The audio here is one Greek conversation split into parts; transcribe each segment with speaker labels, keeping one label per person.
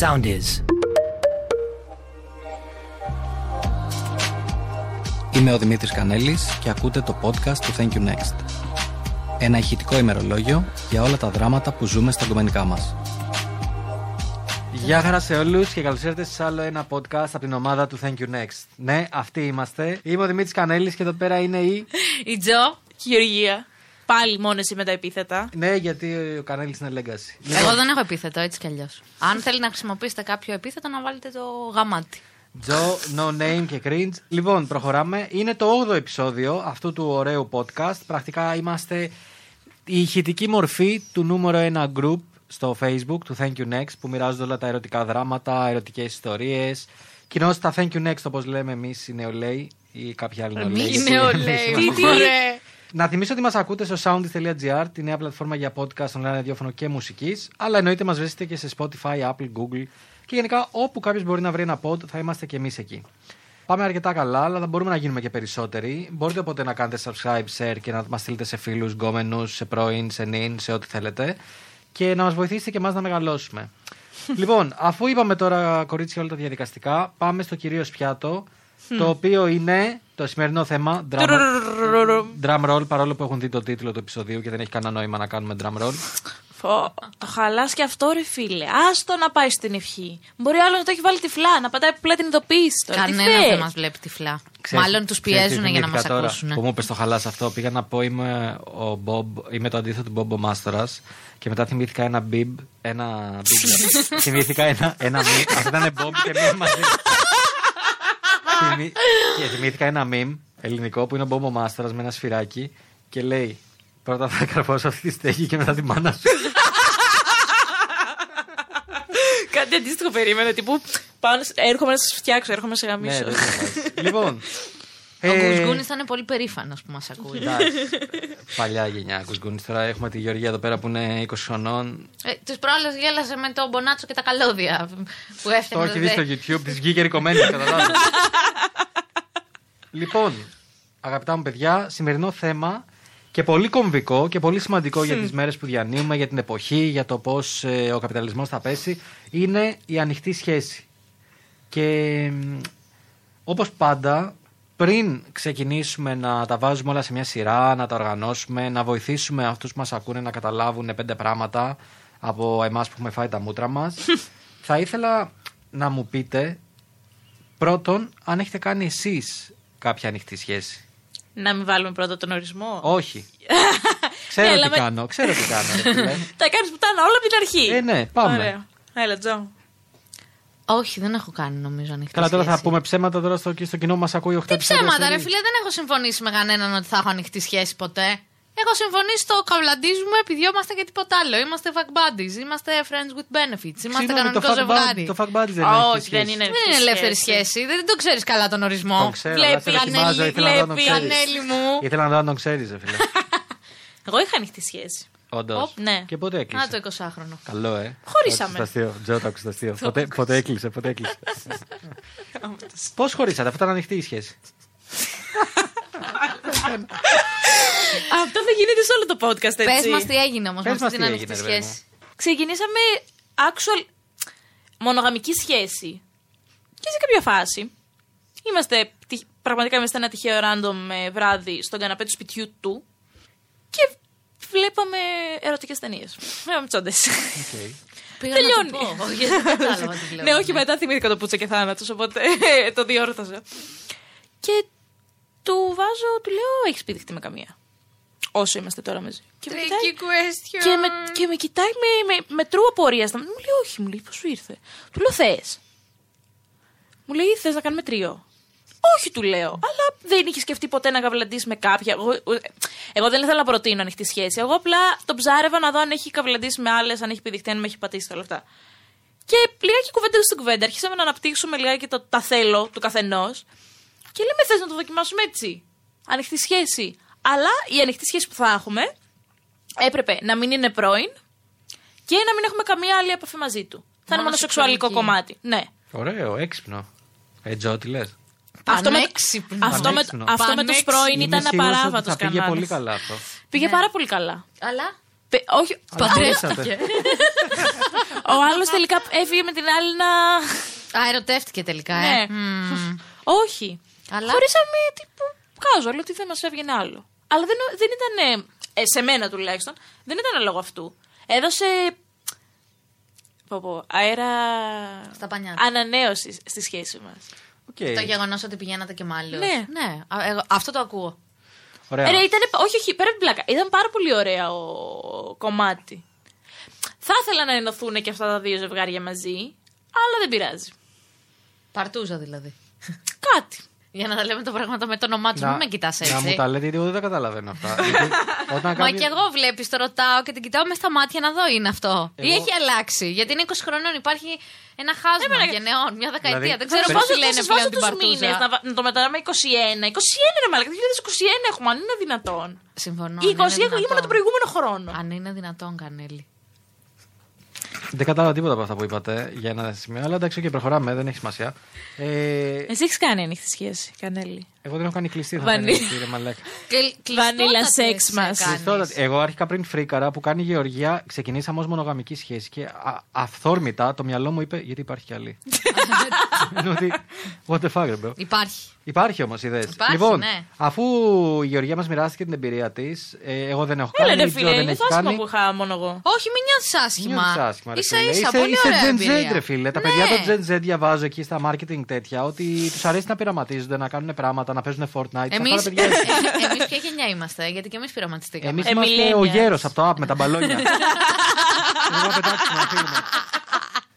Speaker 1: sound is.
Speaker 2: Είμαι ο Δημήτρης Κανέλης και ακούτε το podcast του Thank You Next. Ένα ηχητικό ημερολόγιο για όλα τα δράματα που ζούμε στα κομμενικά μας.
Speaker 3: Γεια χαρά σε όλους και καλώς ήρθατε σε άλλο ένα podcast από την ομάδα του Thank You Next. Ναι, αυτοί είμαστε. Είμαι ο Δημήτρης Κανέλης και εδώ πέρα είναι η.
Speaker 4: Η Τζο και η Γεωργία. Πάλι μόνε ή με τα επίθετα.
Speaker 3: Ναι, γιατί ο Κανέλη είναι legacy.
Speaker 5: Εγώ δεν έχω επίθετο, έτσι κι αλλιώς. Αν θέλει να χρησιμοποιήσετε κάποιο επίθετο, να βάλετε το γαμάτι.
Speaker 3: Τζο, no name και cringe. Λοιπόν, προχωράμε. Είναι το 8ο επεισόδιο αυτού του ωραίου podcast. Πρακτικά είμαστε η ηχητική μορφή του νούμερο 1 group στο facebook του Thank You Next που μοιράζονται όλα τα ερωτικά δράματα, ερωτικές ιστορίες. Κοινώς τα Thank You Next όπως λέμε εμείς οι νεολαίοι ή κάποιοι άλλοι νεολαίοι.
Speaker 4: Είναι ο Λέι. Τι, τι, ρε.
Speaker 3: Να θυμίσω ότι μας ακούτε στο soundist.gr, τη νέα πλατφόρμα για podcast, online ραδιόφωνο και μουσικής. Αλλά εννοείται μας βρίσκεται και σε Spotify, Apple, Google. Και γενικά όπου κάποιος μπορεί να βρει ένα pod, θα είμαστε και εμείς εκεί. Πάμε αρκετά καλά, αλλά θα μπορούμε να γίνουμε και περισσότεροι. Μπορείτε οπότε να κάνετε subscribe, share και να μας στείλετε σε φίλους, γκόμενους, σε πρώην, σε νυν, σε ό,τι θέλετε. Και να μας βοηθήσετε και εμάς να μεγαλώσουμε. λοιπόν, αφού είπαμε τώρα κορίτσια όλα τα διαδικαστικά, πάμε στο κυρίως πιάτο. Το οποίο είναι το σημερινό θέμα. Drama,
Speaker 4: Τρουρουρουρουρου.
Speaker 3: Drum roll, παρόλο που έχουν δει το τίτλο του επεισοδίου και δεν έχει κανένα νόημα να κάνουμε drum roll.
Speaker 4: Φω, το χαλάς και αυτό ρε φίλε. Άστο να πάει στην ευχή. Μπορεί άλλο να το έχει βάλει τυφλά, να πατάει απλά την ειδοποίηση τώρα. Τι
Speaker 5: Κανένας
Speaker 4: θες?
Speaker 5: δεν μας βλέπει τυφλά. Μάλλον τους
Speaker 3: ξέρεις τι
Speaker 5: πιέζουν για να μα
Speaker 3: θυμήθηκα τώρα,
Speaker 5: ακούσουν.
Speaker 3: Που μου είπες το χαλάς αυτό, πήγα να πω είμαι, ο Bob, είμαι το αντίθετο του Bob ο Μάστορας και μετά θυμήθηκα ένα μπιμπ. Ένα μπιμπ. θυμήθηκα ένα. ένα μι- αυτό ήταν Bob και μία μαζί. Θυμή- και θυμήθηκα ένα meme ελληνικό που είναι ο Bob ο Μάστορα με ένα σφυράκι και λέει Πρώτα θα καρφώσω αυτή τη στέγη και μετά την μάνα σου.
Speaker 4: Κάτι αντίστοιχο περίμενα. Τύπου πάνω, σ- έρχομαι να σας φτιάξω, έρχομαι να σε
Speaker 3: ναι,
Speaker 4: γαμίσω.
Speaker 3: ρε, διαβάζεις. λοιπόν.
Speaker 5: Ο
Speaker 3: ε,
Speaker 5: Γκουσγούνη ήταν πολύ περήφανος που μας ακούει.
Speaker 3: Εντάξει. Παλιά γενιά Κουσκούνη. Τώρα έχουμε τη Γεωργία εδώ πέρα που είναι 20 χρονών.
Speaker 5: Τη προάλλε Ε, γέλασε με τον Μπονάτσο και τα καλώδια που
Speaker 3: Το
Speaker 5: έφτιαχνε.
Speaker 3: έχει δει στο YouTube, τη βγήκε ρικομένη κατά λάθος. Λοιπόν, αγαπητά μου παιδιά, σημερινό θέμα και πολύ κομβικό και πολύ σημαντικό για τις μέρες που διανύουμε, για την εποχή, για το πώς ε, ο καπιταλισμός θα πέσει, είναι η ανοιχτή σχέση. Και μ, όπως πάντα, πριν ξεκινήσουμε να τα βάζουμε όλα σε μια σειρά, να τα οργανώσουμε, να βοηθήσουμε αυτούς που μας ακούνε να καταλάβουν πέντε πράγματα από εμάς που έχουμε φάει τα μούτρα μας, θα ήθελα να μου πείτε πρώτον αν έχετε κάνει εσείς κάποια ανοιχτή σχέση.
Speaker 4: Να μην βάλουμε πρώτα τον ορισμό.
Speaker 3: Όχι.
Speaker 5: Ναι,
Speaker 3: Ξέρω
Speaker 4: Έλα,
Speaker 3: τι
Speaker 4: με-
Speaker 3: κάνω, ξέρω τι κάνω. ρε φίλε.
Speaker 4: Τα κάνεις που τα όλα από την αρχή.
Speaker 3: Ε, ναι, πάμε.
Speaker 4: Ωραία. Έλα, Τζο.
Speaker 5: Όχι, δεν έχω κάνει νομίζω ανοιχτή.
Speaker 3: Καλά, τώρα θα
Speaker 5: σχέση.
Speaker 3: πούμε ψέματα τώρα στο, και στο κοινό μας ακούει 8
Speaker 5: Τι ψέματα, ρε φίλε, δεν έχω συμφωνήσει με κανέναν ότι θα έχω ανοιχτή σχέση ποτέ. Έχω συμφωνήσει στο καβλαντίζουμε, επιδιώμαστε και τίποτα άλλο. Είμαστε fuck buddies, είμαστε friends with benefits, είμαστε
Speaker 3: Συγγνώμη, το
Speaker 5: κανονικό
Speaker 3: fuck buddy-
Speaker 5: ζευγάρι.
Speaker 3: το fuck buddy δεν είναι
Speaker 4: Όχι,
Speaker 3: ανοιχτή σχέση.
Speaker 4: δεν είναι
Speaker 5: Δεν είναι ελεύθερη σχέση, δεν το ξέρεις καλά τον ορισμό.
Speaker 3: Τον ξέρω,
Speaker 4: Βλέπει,
Speaker 3: αλλά σε δοκιμάζω, ήθελα
Speaker 4: Ανέλη,
Speaker 3: να δω αν τον
Speaker 4: βλέπει,
Speaker 3: ξέρεις.
Speaker 5: Ανέλη μου.
Speaker 3: Ήθελα να δω αν τον ξέρεις, ρε φίλε.
Speaker 4: Εγώ είχα ανοιχτή σχέση.
Speaker 3: Όντως.
Speaker 4: Οπ, ναι.
Speaker 3: Και πότε
Speaker 5: Να
Speaker 3: έκλεισε.
Speaker 5: το 20χρονο.
Speaker 3: Καλό, ε.
Speaker 4: Χωρίσαμε.
Speaker 3: Το άκουσες αστείο. Τζο, το άκουσε αστείο. Ποτέ- Ποτέ έκλεισε, ποτέ έκλεισε. Πώς χωρίσατε, αυτό ήταν ανοιχτή η σχέση.
Speaker 4: Αυτό θα γίνεται σε όλο το podcast, έτσι.
Speaker 5: Πες μας τι έγινε όμως με
Speaker 3: Πες
Speaker 5: αυτή
Speaker 3: μας
Speaker 5: την
Speaker 3: τι
Speaker 5: ανοιχτή
Speaker 3: έγινε, ρε παιδί μου.
Speaker 5: σχέση.
Speaker 4: ξεκινήσαμε actual μονογαμική σχέση. Και σε κάποια φάση είμαστε, τυχ- πραγματικά είμαστε ένα τυχαίο random ε, βράδυ στον καναπέ του σπιτιού του και βλέπαμε ερωτικές ταινίες. Βλέπαμε τσόντες.
Speaker 3: Οκ.
Speaker 5: Πήγα
Speaker 4: Τελειώνει.
Speaker 5: να το πω, γιατί δεν κατάλαβα τι βλέπω.
Speaker 4: ναι, όχι, μετά θυμήθηκα το πούτσα και θάνατος, οπότε ε, το διόρθωσα. Και του βάζω, του λέω, έχεις πήδηχτη με καμία. Όσο είμαστε τώρα μαζί. Και με κοιτάει-
Speaker 5: question.
Speaker 4: και με, και με κοιτάει με, με, με τρού απορίας. Μου λέει, Όχι, μου λέει, πώς σου ήρθε. Του λέω, Θες. Μου λέει, Θες να κάνουμε τρίο. Όχι, του λέω. Αλλά δεν είχε σκεφτεί ποτέ να καβλαντήσει με κάποια. Εγώ, ε, εγώ δεν ήθελα να προτείνω ανοιχτή σχέση. Εγώ απλά τον ψάρευα να δω αν έχει καβλαντήσει με άλλες, αν έχει πηδηχτεί, αν με έχει πατήσει τα όλα αυτά. Και λιγάκι κουβέντα στην κουβέντα. Αρχίσαμε να αναπτύξουμε λιγάκι το τα θέλω του καθενός. Και λέμε, Θες να το δοκιμάσουμε έτσι. Ανοιχτή σχέση. Αλλά η ανοιχτή σχέση που θα έχουμε έπρεπε να μην είναι πρώην και να μην έχουμε καμία άλλη επαφή μαζί του. Θα είναι μόνο σεξουαλικό κομμάτι. Ναι.
Speaker 3: Ωραίο, έξυπνο. Ε, Τζο, τι λες.
Speaker 4: Αυτό με,
Speaker 5: Πανέξυπνο.
Speaker 4: αυτό με,
Speaker 3: Πανέξυπνο.
Speaker 4: αυτό με τους
Speaker 5: Πανέξυπνο.
Speaker 4: πρώην ήταν απαράβατο
Speaker 3: Θα πήγε πολύ καλά Ναι. αυτό.
Speaker 4: Πήγε πάρα πολύ καλά.
Speaker 5: Αλλά.
Speaker 4: Πε- όχι,
Speaker 3: Αλλά
Speaker 4: Παντρεύτηκε.
Speaker 3: μπορούσατε.
Speaker 4: Ο άλλος τελικά έφυγε με την άλλη να.
Speaker 5: Α, ερωτεύτηκε τελικά, ε.
Speaker 4: Ναι.
Speaker 5: Μμμ.
Speaker 4: Όχι.
Speaker 5: Mm. Αλλά-
Speaker 4: Χωρίσαμε τύπου. Κάζω, λέω ότι δεν μας έβγαινε άλλο. Αλλά δεν, δεν ήταν. ε, σε μένα τουλάχιστον. Δεν ήταν λόγω αυτού. Έδωσε. Πω, πω, αέρα.
Speaker 5: Στα πανιά.
Speaker 4: Ανανέωσης στη σχέση μας.
Speaker 3: Οκ.
Speaker 5: Το γεγονός ότι πηγαίνατε και με άλλους.
Speaker 4: Ναι.
Speaker 5: ναι. Α, εγώ- αυτό το ακούω.
Speaker 3: Ωραία.
Speaker 5: Ε,
Speaker 4: Ρε, ήταν, όχι, όχι, πέρα από την πλάκα. Ήταν πάρα πολύ ωραίο κομμάτι. Θα ήθελα να ενωθούν και αυτά τα δύο ζευγάρια μαζί, αλλά δεν πειράζει.
Speaker 5: Παρτούζα δηλαδή.
Speaker 4: Κάτι.
Speaker 5: Για να τα λέμε τα πράγματα με το όνομά τους, μην με κοιτάς έτσι.
Speaker 3: να μου τα λέτε, γιατί εγώ δεν τα καταλαβαίνω αυτά. Γιατί όταν
Speaker 5: Μα
Speaker 3: κάποιοι-
Speaker 5: και εγώ βλέπεις, το ρωτάω και την κοιτάω με στα μάτια να δω είναι αυτό. Ή
Speaker 3: Εγώ-
Speaker 5: έχει αλλάξει. Γιατί είναι 20 χρονών, υπάρχει ένα χάσμα
Speaker 4: Εμένα-
Speaker 5: γενναιών, μια δεκαετία.
Speaker 3: Δηλαδή,
Speaker 5: δεν ξέρω
Speaker 4: Ξέρω
Speaker 5: πώς
Speaker 4: πόσο
Speaker 5: τη λένε
Speaker 4: λένε
Speaker 5: πλέον
Speaker 4: βάζω
Speaker 5: την
Speaker 4: τους μήνε
Speaker 5: παρτούζα.
Speaker 4: να, βα- να το μεταράμε 21. 21 ρε μαλάκα, 2021 έχουμε, αν είναι δυνατόν.
Speaker 5: Συμφωνώ.
Speaker 4: Η 20
Speaker 5: αν είναι
Speaker 4: εγώ ήμουν
Speaker 5: δυνατόν.
Speaker 4: τον προηγούμενο χρόνο.
Speaker 5: Αν είναι δυνατόν, Κανέλη.
Speaker 3: Δεν κατάλαβα τίποτα από αυτά που είπατε για ένα σημείο, αλλά εντάξει, και προχωράμε, δεν έχει σημασία. Ε,
Speaker 4: Εσύ έχεις κάνει ανοιχτή σχέση, Κανέλη.
Speaker 3: εγώ δεν έχω κάνει κλειστή, θα
Speaker 4: Βανί-
Speaker 3: κάνει κύριε Μαλέκα.
Speaker 4: Vanilla sex μας.
Speaker 3: Κλειστότατη. Εγώ άρχικα πριν φρίκαρα που κάνει η Γεωργία, ξεκινήσαμε ως μονογαμική σχέση και α, αυθόρμητα το μυαλό μου είπε γιατί υπάρχει κι άλλη. Ενώ ότι. What the fuck, ρε bro.
Speaker 5: Υπάρχει.
Speaker 3: Υπάρχει όμως, ιδέες.
Speaker 5: Υπάρχει,
Speaker 3: Λοιπόν,
Speaker 5: ναι.
Speaker 3: αφού η Γεωργία μας μοιράστηκε την εμπειρία της, ε, εγώ δεν έχω κάνει.
Speaker 4: Έλα, ρε
Speaker 3: η Τζο
Speaker 4: φίλε,
Speaker 3: δεν
Speaker 4: είναι
Speaker 3: έχει
Speaker 4: το άσχημα
Speaker 3: κάνει.
Speaker 4: που είχα μόνο εγώ.
Speaker 5: Όχι, μην νιώθεις άσχημα.
Speaker 3: Νιώθεις άσχημα, ρε
Speaker 5: Ίσα
Speaker 3: φίλε.
Speaker 5: ίσα.
Speaker 3: Είσαι-
Speaker 5: Πολύ
Speaker 3: είσαι
Speaker 5: ωραία.
Speaker 3: Gen
Speaker 5: εμπειρία.
Speaker 3: Z, ρε φίλε. Τα
Speaker 5: Ναι.
Speaker 3: παιδιά των Gen Z διαβάζω εκεί στα marketing τέτοια ότι τους αρέσει να πειραματίζονται, να κάνουν πράγματα, να παίζουν Fortnite.
Speaker 5: Εμεί
Speaker 3: Αυτά τα Ε, παιδιά έτσι.
Speaker 5: ε, εμείς ποια γενιά είμαστε, γιατί και εμείς πειραματιστήκαμε.
Speaker 3: Εμείς
Speaker 4: Ε,
Speaker 3: είμαστε
Speaker 4: millennials.
Speaker 3: ο γέρος από το app με τα μπαλόνια. Εγώ θα πετάξουμε, να φύγουμε.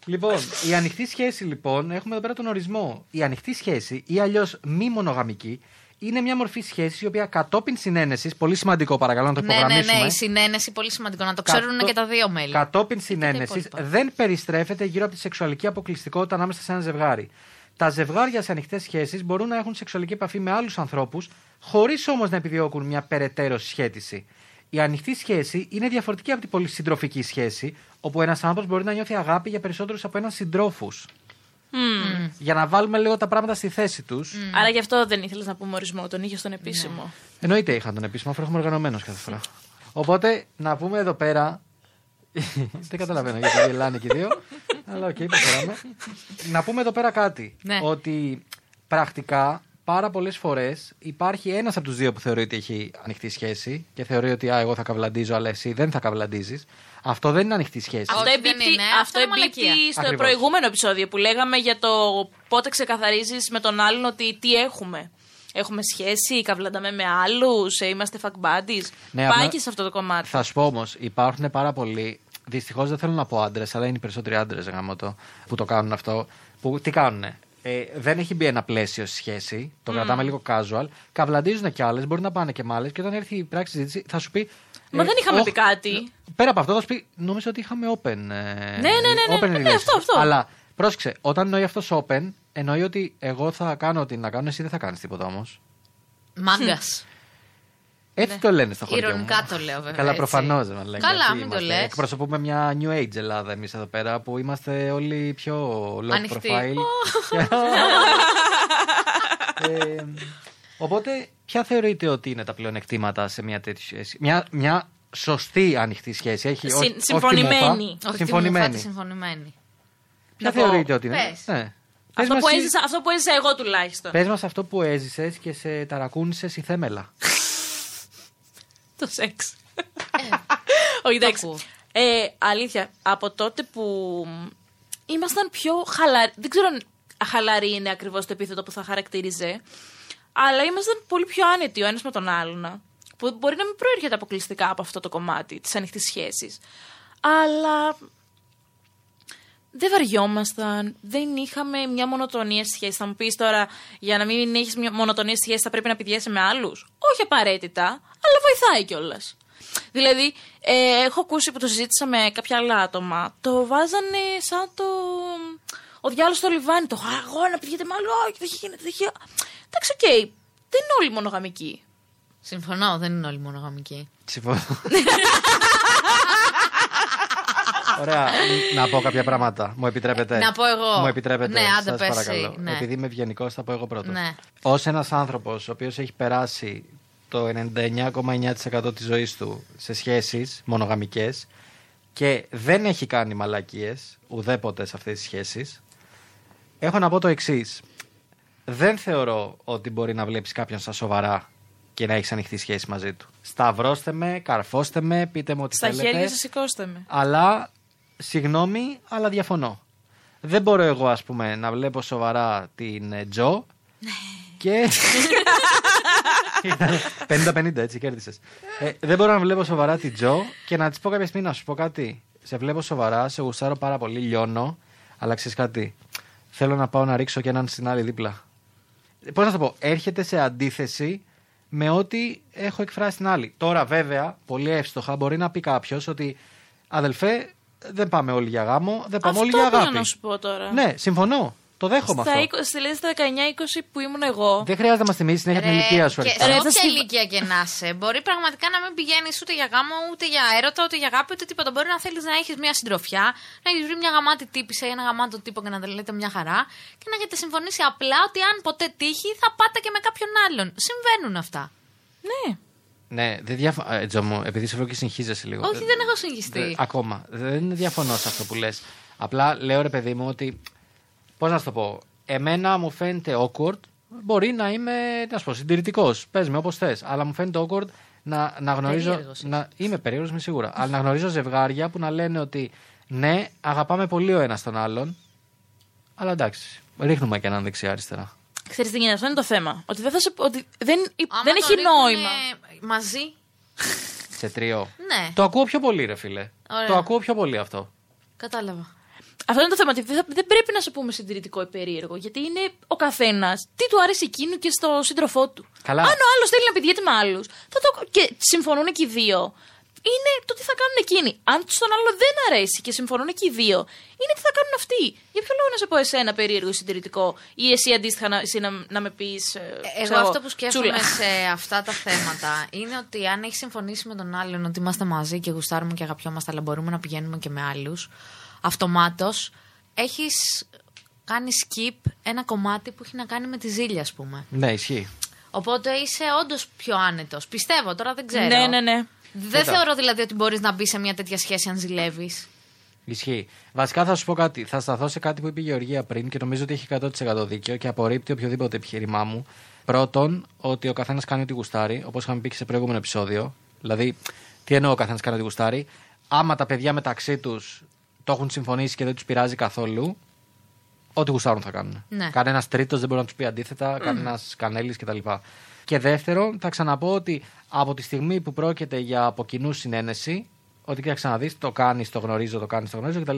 Speaker 3: Λοιπόν, η ανοιχτή σχέση λοιπόν, έχουμε εδώ πέρα τον ορισμό. Η ανοιχτή σχέση ή αλλιώς μη μονογαμική είναι μια μορφή σχέσης η οποία κατόπιν συνένεσης, πολύ σημαντικό παρακαλώ να το
Speaker 5: ναι, ναι,
Speaker 3: υπογραμμίσουμε. ε.
Speaker 5: ναι, η συνένεση πολύ σημαντικό να το
Speaker 3: Κατο-
Speaker 5: ξέρουν και τα δύο μέλη.
Speaker 3: Κατόπιν συνένεσης
Speaker 5: υπόλοιπα.
Speaker 3: δεν περιστρέφεται γύρω από τη σεξουαλική αποκλειστικότητα ανάμεσα σε ένα ζευγάρι. Τα ζευγάρια σε ανοιχτές σχέσεις μπορούν να έχουν σεξουαλική επαφή με άλλους ανθρώπους, χωρίς όμως να επιδιώκουν μια περαιτέρω σχέτιση. Η ανοιχτή σχέση είναι διαφορετική από την πολυσυντροφική σχέση, όπου ένας άνθρωπος μπορεί να νιώθει αγάπη για περισσότερους από έναν συντρόφους.
Speaker 4: Μμμ.
Speaker 3: Για να βάλουμε λίγο τα πράγματα στη θέση τους.
Speaker 4: Άρα γι' αυτό δεν ήθελες να πούμε ορισμό, τον είχες στον επίσημο.
Speaker 5: Ναι.
Speaker 3: Εννοείται είχαν τον επίσημο, αφού έχουμε οργανωμένος κάθε φορά. Οπότε να πούμε εδώ πέρα. Δεν καταλαβαίνω γιατί γελάνε και οι δύο. αλλά οκ, προχωράμε. να πούμε εδώ πέρα κάτι.
Speaker 5: Ναι.
Speaker 3: Ότι πρακτικά πάρα πολλές φορές υπάρχει ένας από τους δύο που θεωρεί ότι έχει ανοιχτή σχέση και θεωρεί ότι α, εγώ θα καβλαντίζω, αλλά εσύ δεν θα καβλαντίζεις. Αυτό δεν είναι ανοιχτή σχέση.
Speaker 5: Α,
Speaker 4: Αυτό
Speaker 5: Όχι, δεν
Speaker 4: εμπίπτει,
Speaker 5: είναι. Αυτό
Speaker 4: αυτό
Speaker 5: είναι
Speaker 4: εμπίπτει
Speaker 5: μαλακία.
Speaker 4: στο
Speaker 3: Ακριβώς.
Speaker 4: προηγούμενο επεισόδιο που λέγαμε για το πότε ξεκαθαρίζεις με τον άλλον ότι τι έχουμε. Έχουμε σχέση, καβλαντάμε με άλλους, είμαστε fuck buddies.
Speaker 3: Ναι,
Speaker 4: Πάει
Speaker 3: απλά-
Speaker 4: και σε αυτό το κομμάτι.
Speaker 3: Θα σου πω όμως, υπάρχουν πάρα πολλοί. Δυστυχώς δεν θέλω να πω άντρες, αλλά είναι οι περισσότεροι άντρες γάμο που το κάνουν αυτό. Που τι κάνουνε. Ε, δεν έχει μπει ένα πλαίσιο στη σχέση. Το κρατάμε λίγο casual. Καβλαντίζουν κι άλλες, μπορεί να πάνε και με άλλε. Και όταν έρθει η πράξη συζήτηση, θα σου πει.
Speaker 4: Μα δεν είχαμε
Speaker 3: «Ωχ».
Speaker 4: πει κάτι.
Speaker 3: Πέρα από αυτό, θα σου πει. Νόμιζα ότι είχαμε open. Ε, ναι,
Speaker 4: ναι, ναι, ναι, ναι, ναι, αυτό, αυτό.
Speaker 3: Αλλά πρόσεξε, όταν εννοεί αυτός open, εννοεί ότι εγώ θα κάνω ό,τι να κάνω, εσύ δεν θα κάνεις τίποτα όμως.
Speaker 5: Μάγκας.
Speaker 3: Έτσι το λένε στο χωριό
Speaker 5: Ναι. Ηρωνικά
Speaker 3: μου.
Speaker 5: το λέω, βέβαια,
Speaker 3: Καλά,
Speaker 5: έτσι.
Speaker 3: προφανώς δεν λένε.
Speaker 5: Καλά,
Speaker 3: γιατί
Speaker 5: μην το
Speaker 3: είμαστε-
Speaker 5: λες.
Speaker 3: Εκπροσωπούμε μια new age Ελλάδα εμείς εδώ πέρα που είμαστε όλοι πιο low
Speaker 5: Ανοιχτοί.
Speaker 3: profile. ε, οπότε, ποια θεωρείτε ότι είναι τα πλεονεκτήματα σε μια τέτοια σχέση. Μια, μια σωστή ανοιχτή σχέση. Έχει,
Speaker 4: Συν-
Speaker 3: όχι- όχι
Speaker 4: συμφωνημένη.
Speaker 3: μούφα,
Speaker 5: Όχι, συμφωνημένη.
Speaker 3: συμφωνημένη.
Speaker 5: συμφωνημένη.
Speaker 3: Ποια
Speaker 4: Να πω,
Speaker 3: θεωρείτε ότι είναι.
Speaker 5: πες.
Speaker 3: Ναι. Πες
Speaker 4: Αυτό
Speaker 3: μας
Speaker 4: που,
Speaker 3: εσύ-
Speaker 4: έζησα, αυτό που έζησα εγώ τουλάχιστον.
Speaker 3: Πες μας αυτό που έζησες και σε ταρακούνησες η θέμελα.
Speaker 4: Το σεξ. Όχι, εντάξει.
Speaker 5: ακούω.
Speaker 4: Ε, αλήθεια, από τότε που ήμασταν πιο χαλαροί. Δεν ξέρω αν χαλαροί είναι ακριβώς το επίθετο που θα χαρακτήριζε. Αλλά ήμασταν πολύ πιο άνετοι ο ένας με τον άλλον. α, Που μπορεί να μην προέρχεται αποκλειστικά από αυτό το κομμάτι της ανοιχτής σχέσης. Αλλά δεν βαριόμασταν, δεν είχαμε μια μονοτονία στη σχέση. Θα μου πεις τώρα, για να μην έχεις μια μονοτονία στη σχέση, θα πρέπει να πηγαίνει με άλλους. Όχι απαραίτητα, αλλά βοηθάει κιόλας. Δηλαδή, ε, έχω ακούσει που το συζήτησα με κάποια άλλα άτομα, το βάζανε σαν το. Ο διάλογο στο λιβάνι, το αγώνα να πηγαίνετε με άλλο, όχι, δεν γίνεται, δεν γίνεται. Εντάξει, οκ, δεν είναι όλοι μονογαμικοί.
Speaker 5: Συμφωνώ, δεν είναι όλοι μονογαμικοί.
Speaker 3: Συμφωνώ. Ωραία, να πω κάποια πράγματα. Μου επιτρέπετε.
Speaker 5: Να πω εγώ.
Speaker 3: Μου επιτρέπετε.
Speaker 5: Ναι, άντε
Speaker 3: σας
Speaker 5: πες εσύ,
Speaker 3: παρακαλώ.
Speaker 5: ναι.
Speaker 3: Επειδή είμαι ευγενικός, θα πω εγώ πρώτος.
Speaker 5: Ναι.
Speaker 3: Ως ένας άνθρωπος ο οποίος έχει περάσει το 99,9% της ζωής του σε σχέσεις μονογαμικές, και δεν έχει κάνει μαλακίες ουδέποτε σε αυτές τις σχέσεις, έχω να πω το εξής. Δεν θεωρώ ότι μπορεί να βλέπεις κάποιον στα σοβαρά και να έχεις ανοιχτή σχέση μαζί του. Σταυρώστε με, καρφώστε με, πείτε μου ότι
Speaker 4: Στα
Speaker 3: θέλετε.
Speaker 4: χέρια σας σηκώστε με.
Speaker 3: Αλλά, συγγνώμη, αλλά διαφωνώ. Δεν μπορώ εγώ, ας πούμε, να βλέπω σοβαρά την ε, Τζο και... Ήταν 50-50, έτσι κέρδισες. Ε, δεν μπορώ να βλέπω σοβαρά την Τζο και να της πω κάποια στιγμή να σου πω κάτι. Σε βλέπω σοβαρά, σε γουστάρω πάρα πολύ, λιώνω, αλλά ξέρεις κάτι. Θέλω να πάω να ρίξω και έναν στην άλλη δίπλα. Πώς να το πω, έρχεται σε αντίθεση με ό,τι έχω εκφράσει την άλλη. Τώρα, βέβαια, πολύ εύστοχα μπορεί να πει κάποιος ότι αδελφέ, δεν πάμε όλοι για γάμο, δεν πάμε
Speaker 4: Αυτό
Speaker 3: όλοι για
Speaker 4: ήθελα
Speaker 3: αγάπη.
Speaker 4: να σου πω τώρα.
Speaker 3: Ναι, συμφωνώ. Το δέχομαι
Speaker 4: Στα,
Speaker 3: αυτό.
Speaker 4: 20, στη λέει στα 19-20 που ήμουν εγώ.
Speaker 3: Δεν χρειάζεται να μας θυμίσει συνέχεια την
Speaker 5: Ρε,
Speaker 3: ηλικία σου,
Speaker 5: Ε, και
Speaker 3: Αλεξάνδρα.
Speaker 5: σε
Speaker 4: Ρε, θα
Speaker 5: όποια
Speaker 4: στη-
Speaker 5: ηλικία και να είσαι, μπορεί πραγματικά να μην πηγαίνεις ούτε για γάμο, ούτε για έρωτα, ούτε για αγάπη, ούτε τίποτα. Μπορεί να θέλεις να έχεις μια συντροφιά, να έχεις βρει μια γαμάτη τύπησα ή ένα γαμάτο τύπο και να τα λέτε μια χαρά και να έχετε συμφωνήσει απλά ότι αν ποτέ τύχει θα πάτε και με κάποιον άλλον. Συμβαίνουν αυτά.
Speaker 4: Ναι.
Speaker 3: Ναι, δεν διαφωνώ. Τζο μου, επειδή σε βλέπω και συγχύζεσαι λίγο.
Speaker 5: Όχι, δεν έχω συγχυστεί.
Speaker 3: Ε, Δε- ακόμα. Δεν διαφωνώ σε αυτό που λες. Απλά λέω ρε παιδί μου ότι. Πώς να σου το πω. Εμένα μου φαίνεται awkward. Μπορεί να είμαι να σου πω, συντηρητικός. Πες με όπως θες. Αλλά μου φαίνεται awkward να, να γνωρίζω.
Speaker 5: Περίεργος είσαι.
Speaker 3: Να, είμαι περίεργος, είμαι σίγουρα. αλλά να γνωρίζω ζευγάρια που να λένε ότι ναι, αγαπάμε πολύ ο ένας τον άλλον. Αλλά εντάξει. Ρίχνουμε και έναν δεξιά-αριστερά.
Speaker 4: Ξέρεις τι γίνεται, αυτό είναι το θέμα. Ότι δεν, θα σε- ότι δεν, υ-
Speaker 5: Άμα
Speaker 4: δεν
Speaker 5: το
Speaker 4: έχει
Speaker 5: ρίχνουνε
Speaker 4: νόημα.
Speaker 5: Μαζί.
Speaker 3: Σε τριό.
Speaker 5: Ναι,
Speaker 3: Το ακούω πιο πολύ, ρε φίλε.
Speaker 5: Ωραία.
Speaker 3: Το ακούω πιο πολύ αυτό.
Speaker 5: κατάλαβα.
Speaker 4: Αυτό είναι το θέμα. Ότι δεν, θα- δεν πρέπει να σε πούμε συντηρητικό ή περίεργο. Γιατί είναι ο καθένας. Τι του άρεσε εκείνου και στο σύντροφό του.
Speaker 3: Καλά.
Speaker 4: Αν ο άλλος θέλει να πηγαίνει με άλλους. Και συμφωνούν και οι δύο. Είναι το τι θα κάνουν εκείνοι. Αν στον άλλο δεν αρέσει και συμφωνούν και οι δύο, είναι τι θα κάνουν αυτοί. Για ποιο λόγο να σε πω εσένα περίεργο ή συντηρητικό, ή εσύ αντίστοιχα να, εσύ να, να με ε, πει.
Speaker 5: Ε, Εγώ αυτό που σκέφτομαι σε αυτά τα θέματα είναι ότι αν έχεις συμφωνήσει με τον άλλον ότι είμαστε μαζί και γουστάρουμε και αγαπιόμαστε, αλλά μπορούμε να πηγαίνουμε και με άλλους, αυτομάτως έχεις κάνει skip ένα κομμάτι που έχει να κάνει με τη ζήλια, ας πούμε.
Speaker 3: Ναι, ισχύει.
Speaker 5: Οπότε είσαι όντως πιο άνετος. Πιστεύω, τώρα δεν ξέρω.
Speaker 4: Ναι, ναι, ναι.
Speaker 5: Δεν
Speaker 3: Κοίτα.
Speaker 5: θεωρώ δηλαδή ότι μπορείς να μπεις σε μια τέτοια σχέση αν ζηλεύεις.
Speaker 3: Ισχύει. Βασικά θα σου πω κάτι. Θα σταθώ σε κάτι που είπε η Γεωργία πριν και νομίζω ότι έχει 100% δίκιο και απορρίπτει οποιοδήποτε επιχείρημά μου. Πρώτον, ότι ο καθένας κάνει ό,τι γουστάρει, όπως είχαμε πει και σε προηγούμενο επεισόδιο. Δηλαδή, τι εννοώ ο καθένας κάνει ό,τι γουστάρει. Άμα τα παιδιά μεταξύ τους το έχουν συμφωνήσει και δεν τους πειράζει καθόλου, ό,τι γουστάρουν θα κάνουν.
Speaker 5: Ναι.
Speaker 3: Κανένας τρίτος δεν μπορεί να τους πει αντίθετα, κανένας κανέλης κτλ. Και δεύτερον, θα ξαναπώ ότι από τη στιγμή που πρόκειται για από κοινού συνένεση, ότι και ξαναδεί, το κάνεις, το γνωρίζω, το κάνεις, το γνωρίζω κτλ.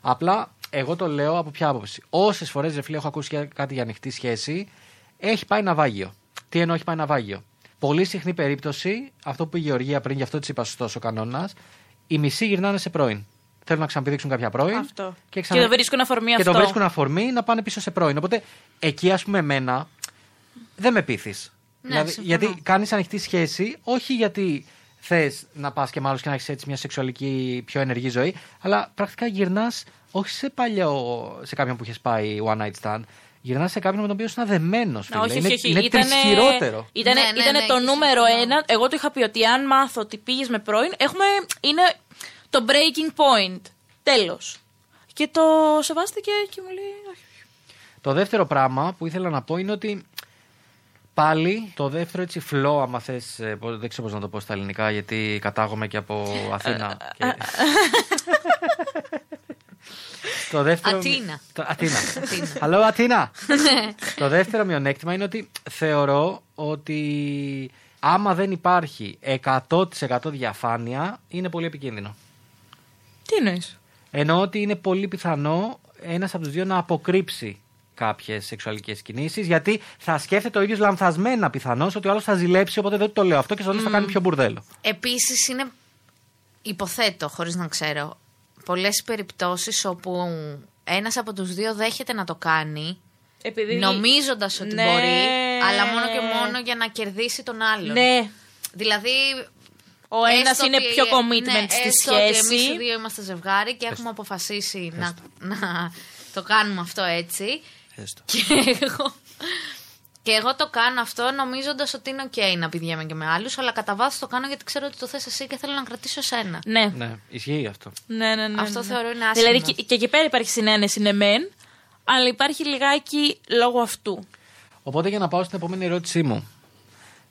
Speaker 3: Απλά εγώ το λέω από ποια άποψη. Όσες φορές, ρε φίλε, έχω ακούσει και κάτι για ανοιχτή σχέση, έχει πάει ναυάγιο. Τι εννοώ, έχει πάει ναυάγιο. Πολύ συχνή περίπτωση, αυτό που η Γεωργία πριν, γι' αυτό της είπα σωστός ο κανόνας, οι μισοί γυρνάνε σε πρώην. Θέλουν να ξαναπηδήξουν κάποια πρώην.
Speaker 4: Αυτό.
Speaker 3: Και,
Speaker 4: Και το βρίσκουν αφορμή
Speaker 3: και το
Speaker 4: αυτό.
Speaker 3: βρίσκουν αφορμή να πάνε πίσω σε πρώην. Οπότε εκεί, ας πούμε, εμένα δεν με πείθεις.
Speaker 5: Ναι, συμφωνώ.
Speaker 3: γιατί κάνεις ανοιχτή σχέση, όχι γιατί θες να πας και μάλλον και να έχεις έτσι μια σεξουαλική πιο ενεργή ζωή, αλλά πρακτικά γυρνάς όχι σε παλιό, σε κάποιον που είχες πάει one night stand. Γυρνάς σε κάποιον με τον οποίο είσαι δεμένο.
Speaker 4: Να, όχι,
Speaker 3: είναι
Speaker 4: όχι, όχι.
Speaker 3: είναι
Speaker 4: Ήτανε-
Speaker 3: τρισχυρότερο.
Speaker 4: Ήτανε,
Speaker 5: Ναι, ναι,
Speaker 4: ήτανε
Speaker 5: ναι,
Speaker 4: το
Speaker 5: και
Speaker 4: νούμερο
Speaker 5: συμφωνώ.
Speaker 4: ένα. Εγώ το είχα πει ότι αν μάθω ότι πήγες με πρώην, έχουμε, είναι το breaking point. Τέλος. Και το σεβάστηκε και μου λέει. «Όχι, όχι».
Speaker 3: Το δεύτερο πράγμα που ήθελα να πω είναι ότι πάλι το δεύτερο έτσι φλό, άμα θες. Δεν ξέρω πώς να το πω στα ελληνικά, γιατί κατάγομαι και από
Speaker 5: Ε,
Speaker 3: Αθήνα. και- το δεύτερο.
Speaker 5: Αθήνα.
Speaker 3: Το- Αθήνα.
Speaker 5: Αθήνα. Ναι.
Speaker 3: Hello, Αθήνα. το δεύτερο μειονέκτημα είναι ότι θεωρώ ότι άμα δεν υπάρχει 100% διαφάνεια, είναι πολύ επικίνδυνο.
Speaker 4: Τι εννοείς.
Speaker 3: Ενώ ότι είναι πολύ πιθανό ένας από τους δύο να αποκρύψει κάποιες σεξουαλικές κινήσεις, γιατί θα σκέφτεται ο ίδιος λανθασμένα πιθανώς ότι ο άλλος θα ζηλέψει, οπότε δεν του το λέω αυτό και στο τέλο θα κάνει πιο μπουρδέλο.
Speaker 5: Επίσης είναι, υποθέτω χωρίς να ξέρω, πολλές περιπτώσεις όπου ένας από τους δύο δέχεται να το κάνει
Speaker 4: Επειδή...
Speaker 5: νομίζοντας ότι
Speaker 4: Δηλαδή, Ναι.
Speaker 5: μπορεί, αλλά μόνο και μόνο για να κερδίσει τον άλλον.
Speaker 4: Ναι.
Speaker 5: Δηλαδή...
Speaker 4: Ο ένας
Speaker 5: έστω
Speaker 4: είναι
Speaker 5: ότι-
Speaker 4: πιο commitment
Speaker 5: ναι,
Speaker 4: στη
Speaker 5: έστω ότι Εμείς οι
Speaker 4: σχέση.
Speaker 5: δύο είμαστε ζευγάρι και έχουμε αποφασίσει να, να το κάνουμε αυτό έτσι.
Speaker 2: Έστω.
Speaker 5: Και εγώ Και εγώ το κάνω αυτό νομίζοντας ότι είναι OK να πηγαίνω και με άλλους, αλλά κατά βάθος το κάνω γιατί ξέρω ότι το θες εσύ και θέλω να κρατήσω εσένα.
Speaker 4: Ναι.
Speaker 3: Ναι, ισχύει αυτό.
Speaker 4: Ναι, ναι, ναι.
Speaker 5: Αυτό
Speaker 4: ναι.
Speaker 5: θεωρώ είναι άσχημο.
Speaker 4: Δηλαδή και, και εκεί πέρα υπάρχει συνένεση, ναι, μεν, αλλά υπάρχει λιγάκι λόγω αυτού.
Speaker 3: Οπότε για να πάω στην επόμενη ερώτησή μου.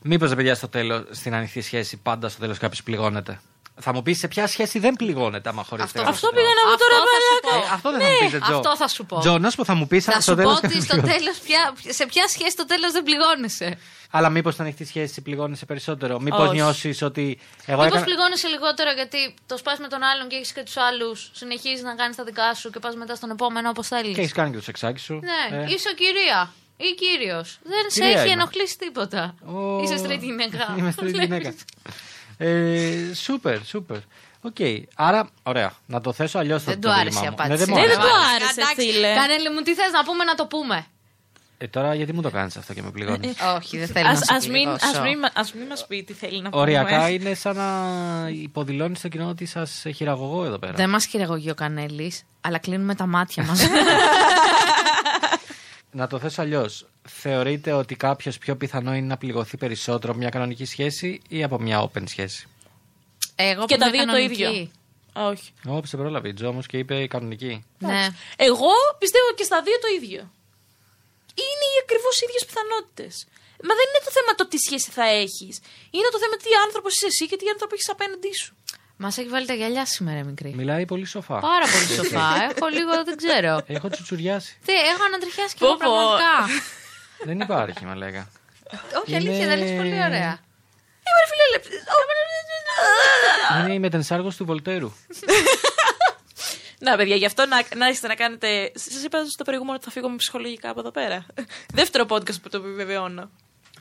Speaker 3: Μήπως ρε παιδιά στο τέλος, στην ανοιχτή σχέση, πάντα στο τέλος κάποιος πληγώνεται. Θα μου πεις σε ποια σχέση δεν πληγώνεται άμα χωρίζετε.
Speaker 5: Αυτό-
Speaker 3: ένα
Speaker 4: Αυτό
Speaker 3: από τον
Speaker 4: πήγα Ναι, να μου
Speaker 5: Αυτό
Speaker 4: τώρα
Speaker 5: θα σου
Speaker 3: άλλο.
Speaker 5: πω.
Speaker 4: μαλάκα.
Speaker 3: Ε, Αυτό δεν θα μου πείτε, Τζο.
Speaker 5: Ναι, αυτό θα σου πω.
Speaker 3: Τζο, να σου πω, θα μου πεις
Speaker 5: Θα
Speaker 3: στο
Speaker 5: σου
Speaker 3: τέλος.
Speaker 5: πω ότι στο τέλος πια, σε ποια σχέση στο τέλος δεν πληγώνεσαι.
Speaker 3: Αλλά μήπως στην ανοιχτή σχέση πληγώνεσαι περισσότερο. Μήπως
Speaker 4: Όχι.
Speaker 3: νιώσεις ότι. Εγώ
Speaker 5: Μήπως
Speaker 3: έκανα...
Speaker 5: πληγώνεσαι λιγότερο γιατί το σπάς με τον άλλον και έχεις και τους άλλους. Συνεχίζεις να κάνεις τα δικά σου και πας μετά στον επόμενο όπως θέλεις.
Speaker 3: Και έχεις κάνει και το σεξάκι σου.
Speaker 5: Ναι,
Speaker 3: Ε.
Speaker 5: είσαι ο κυρία ή κύριος. Δεν σε
Speaker 3: Κυρία
Speaker 5: έχει
Speaker 3: είμαι.
Speaker 5: ενοχλήσει τίποτα.
Speaker 3: Ο-
Speaker 5: Είσαι στρίτη γυναίκα. Ναι.
Speaker 3: Είμαι straight γυναίκα. Ε, Σούπερ, σούπερ. Οκ. Άρα, ωραία. Να το θέσω αλλιώς το
Speaker 5: Δεν του
Speaker 3: πρόβλημά
Speaker 5: άρεσε η
Speaker 3: μου.
Speaker 5: απάντηση.
Speaker 3: Ναι, δεν μου
Speaker 4: Ναι,
Speaker 3: άρεσε.
Speaker 4: δεν του άρεσε,
Speaker 5: Εντάξει,
Speaker 4: φίλε.
Speaker 5: Κανέλη μου, τι θες να πούμε, να το πούμε.
Speaker 3: Ε, τώρα γιατί μου το κάνεις αυτό και με πληγώνεις.
Speaker 5: Όχι, δεν θέλω
Speaker 4: Ας,
Speaker 5: να
Speaker 4: ας, μην, ας, μην, μα- ας μην μας πει τι θέλει να πούμε. Ε,
Speaker 3: Οριακά είναι σαν να υποδηλώνεις στο κοινό ότι σας χειραγωγώ εδώ πέρα.
Speaker 5: Δεν μας χειραγωγεί ο Κανέλης, αλλά κλείνουμε τα μάτια μας.
Speaker 3: Να το θέσω αλλιώς. Θεωρείτε ότι κάποιος πιο πιθανό είναι να πληγωθεί περισσότερο από μια κανονική σχέση ή από μια open σχέση.
Speaker 5: Εγώ
Speaker 4: Και
Speaker 5: που
Speaker 4: τα
Speaker 5: είμαι
Speaker 4: δύο το
Speaker 5: κανονική.
Speaker 4: ίδιο. Όχι.
Speaker 3: Όπω σε πρόλαβε η Τζο όμω και είπε η κανονική.
Speaker 5: Ναι.
Speaker 4: Εγώ πιστεύω και στα δύο το ίδιο. Είναι οι ακριβώς ίδιες πιθανότητες. Μα δεν είναι το θέμα το τι σχέση θα έχεις. Είναι το θέμα τι άνθρωπος είσαι εσύ και τι άνθρωπο έχεις απέναντί σου.
Speaker 5: Μας έχει βάλει τα γυαλιά σήμερα, η μικρή.
Speaker 3: Μιλάει πολύ σοφά.
Speaker 5: Ε. Πάρα πολύ σοφά. Έχω λίγο, δεν ξέρω.
Speaker 3: Έχω τσουτσουριάσει.
Speaker 5: Τι, έχω ανατριχιάσει και
Speaker 4: Πω,
Speaker 5: εγώ
Speaker 4: πω.
Speaker 5: πραγματικά.
Speaker 3: δεν υπάρχει, μα λέγα.
Speaker 5: Όχι, αλήθεια,
Speaker 3: Είναι-
Speaker 5: τα λες πολύ ωραία. Ε,
Speaker 4: Είμαι ρε φίλε, λεπτή.
Speaker 3: Είναι η μετενσάργωση του Βολτέρου.
Speaker 4: Να, παιδιά, γι' αυτό να, να είστε να κάνετε. Σας είπα στο προηγούμενο ότι θα φύγω με ψυχολογικά από εδώ πέρα. Δεύτερο podcast που το επιβεβαιώνω.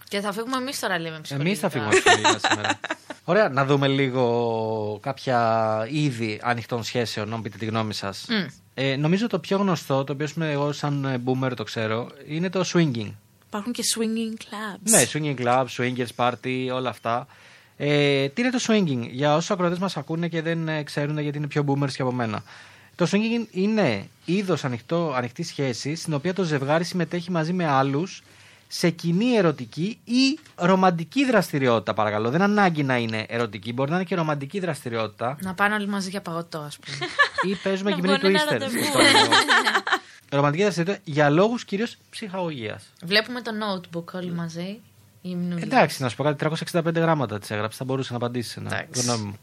Speaker 5: Και θα φύγουμε εμείς τώρα, λέμε ψυχολογικά.
Speaker 3: Εμείς θα φύγουμε από τη Σουηδία σήμερα. Ωραία, να δούμε λίγο κάποια είδη ανοιχτών σχέσεων, να μου πείτε τη γνώμη σας. Ε, νομίζω το πιο γνωστό, το οποίο ας πούμε, εγώ σαν ε, boomer το ξέρω, είναι το swinging.
Speaker 4: Υπάρχουν και swinging clubs.
Speaker 3: Ναι, swinging club, swingers party, όλα αυτά. Ε, τι είναι το swinging, για όσους ακροατές μας ακούνε και δεν ε, ξέρουν γιατί είναι πιο boomers και από μένα. Το swinging είναι είδος ανοιχτής σχέσης στην οποία το ζευγάρι συμμετέχει μαζί με άλλους σε κοινή ερωτική ή ρομαντική δραστηριότητα, παρακαλώ. Δεν ανάγκη να είναι ερωτική, μπορεί να είναι και ρομαντική δραστηριότητα.
Speaker 5: Να πάνε όλοι μαζί για παγωτό, ας πούμε.
Speaker 3: ή παίζουμε
Speaker 4: Να
Speaker 3: γυμνή
Speaker 4: βγουν ένα
Speaker 3: twister.
Speaker 4: ραντεβού.
Speaker 3: στο ρομαντική δραστηριότητα για λόγους κυρίως ψυχαγωγίας.
Speaker 5: Βλέπουμε το notebook όλοι μαζί. Η μνούλα.
Speaker 3: Εντάξει, να σου πω κάτι. 365 γράμματα τη έγραψες. Θα μπορούσε να απαντήσεις ένα.
Speaker 5: Εντάξει.
Speaker 3: Γνώμη μου.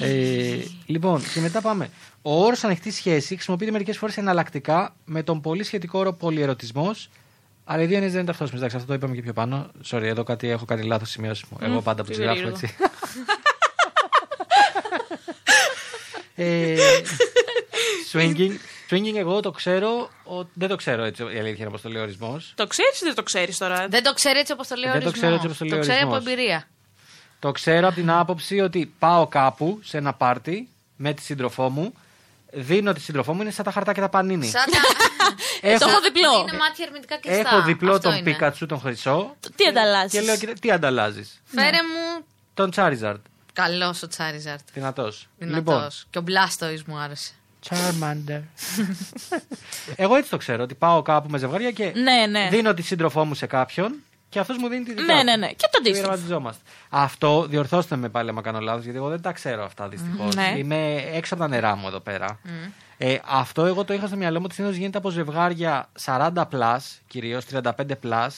Speaker 3: Ε, λοιπόν, και μετά πάμε. Ο όρος ανοιχτή σχέση χρησιμοποιείται μερικές φορές εναλλακτικά με τον πολύ σχετικό όρο πολυερωτισμός. Αλλά οι δύο είναι δεν είναι ταυτόσιμες. Εντάξει, αυτό το είπαμε και πιο πάνω. Sorry, εδώ κάτι, έχω κάνει λάθο σημειώσει μου. Εγώ πάντα που
Speaker 4: τι
Speaker 3: τι γράφω
Speaker 4: περίεργο.
Speaker 3: έτσι. ε, swinging. Swinging, εγώ το ξέρω. ο- δεν το ξέρω έτσι η αλήθεια είναι πώ το λέει ο ορισμός.
Speaker 4: Το ξέρεις ή δεν το ξέρεις τώρα.
Speaker 5: Δεν το ξέρει έτσι όπως το λέει ο
Speaker 3: Δεν το
Speaker 5: ορισμός.
Speaker 3: ξέρω έτσι όπως το λέει ο
Speaker 5: ξέρει από
Speaker 3: ορισμός.
Speaker 5: εμπειρία.
Speaker 3: Το ξέρω από την άποψη ότι πάω κάπου σε ένα πάρτι με τη σύντροφό μου. Δίνω τη σύντροφό μου, είναι σαν τα χαρτάκια τα πανίνι.
Speaker 5: Σαν τα-
Speaker 4: Το έχω διπλό.
Speaker 5: Είναι μάτια herметικά κλειστά.
Speaker 3: Έχω διπλό
Speaker 5: Αυτό
Speaker 3: τον
Speaker 5: είναι.
Speaker 3: Πικατσού τον χρυσό
Speaker 4: Τι ανταλλάσσεις.
Speaker 3: και λέω: «Κοίτα, Τι ανταλλάζεις.
Speaker 5: Φέρε μου.
Speaker 3: Τον Charizard. Λοιπόν,
Speaker 5: Καλός ο Τσάριζαρτ.
Speaker 3: Δυνατό.
Speaker 5: Δυνατό. Και ο Blastoise μου άρεσε.
Speaker 3: Charmander. Εγώ έτσι το ξέρω, ότι πάω κάπου με ζευγάρια και
Speaker 4: Ναι, ναι.
Speaker 3: δίνω τη σύντροφό μου σε κάποιον και αυτός μου δίνει τη δικιά
Speaker 4: Ναι,
Speaker 3: του.
Speaker 4: ναι, ναι. Και το αντίστροφο.
Speaker 3: Πειραματιζόμαστε. Αυτό, διορθώστε με πάλι άμα κάνω λάθος, γιατί εγώ δεν τα ξέρω αυτά δυστυχώς.
Speaker 4: Ναι.
Speaker 3: Είμαι έξω από τα νερά μου εδώ πέρα. Ε, αυτό εγώ το είχα στο μυαλό μου ότι συνήθως γίνεται από ζευγάρια 40 plus, κυρίω 35 plus,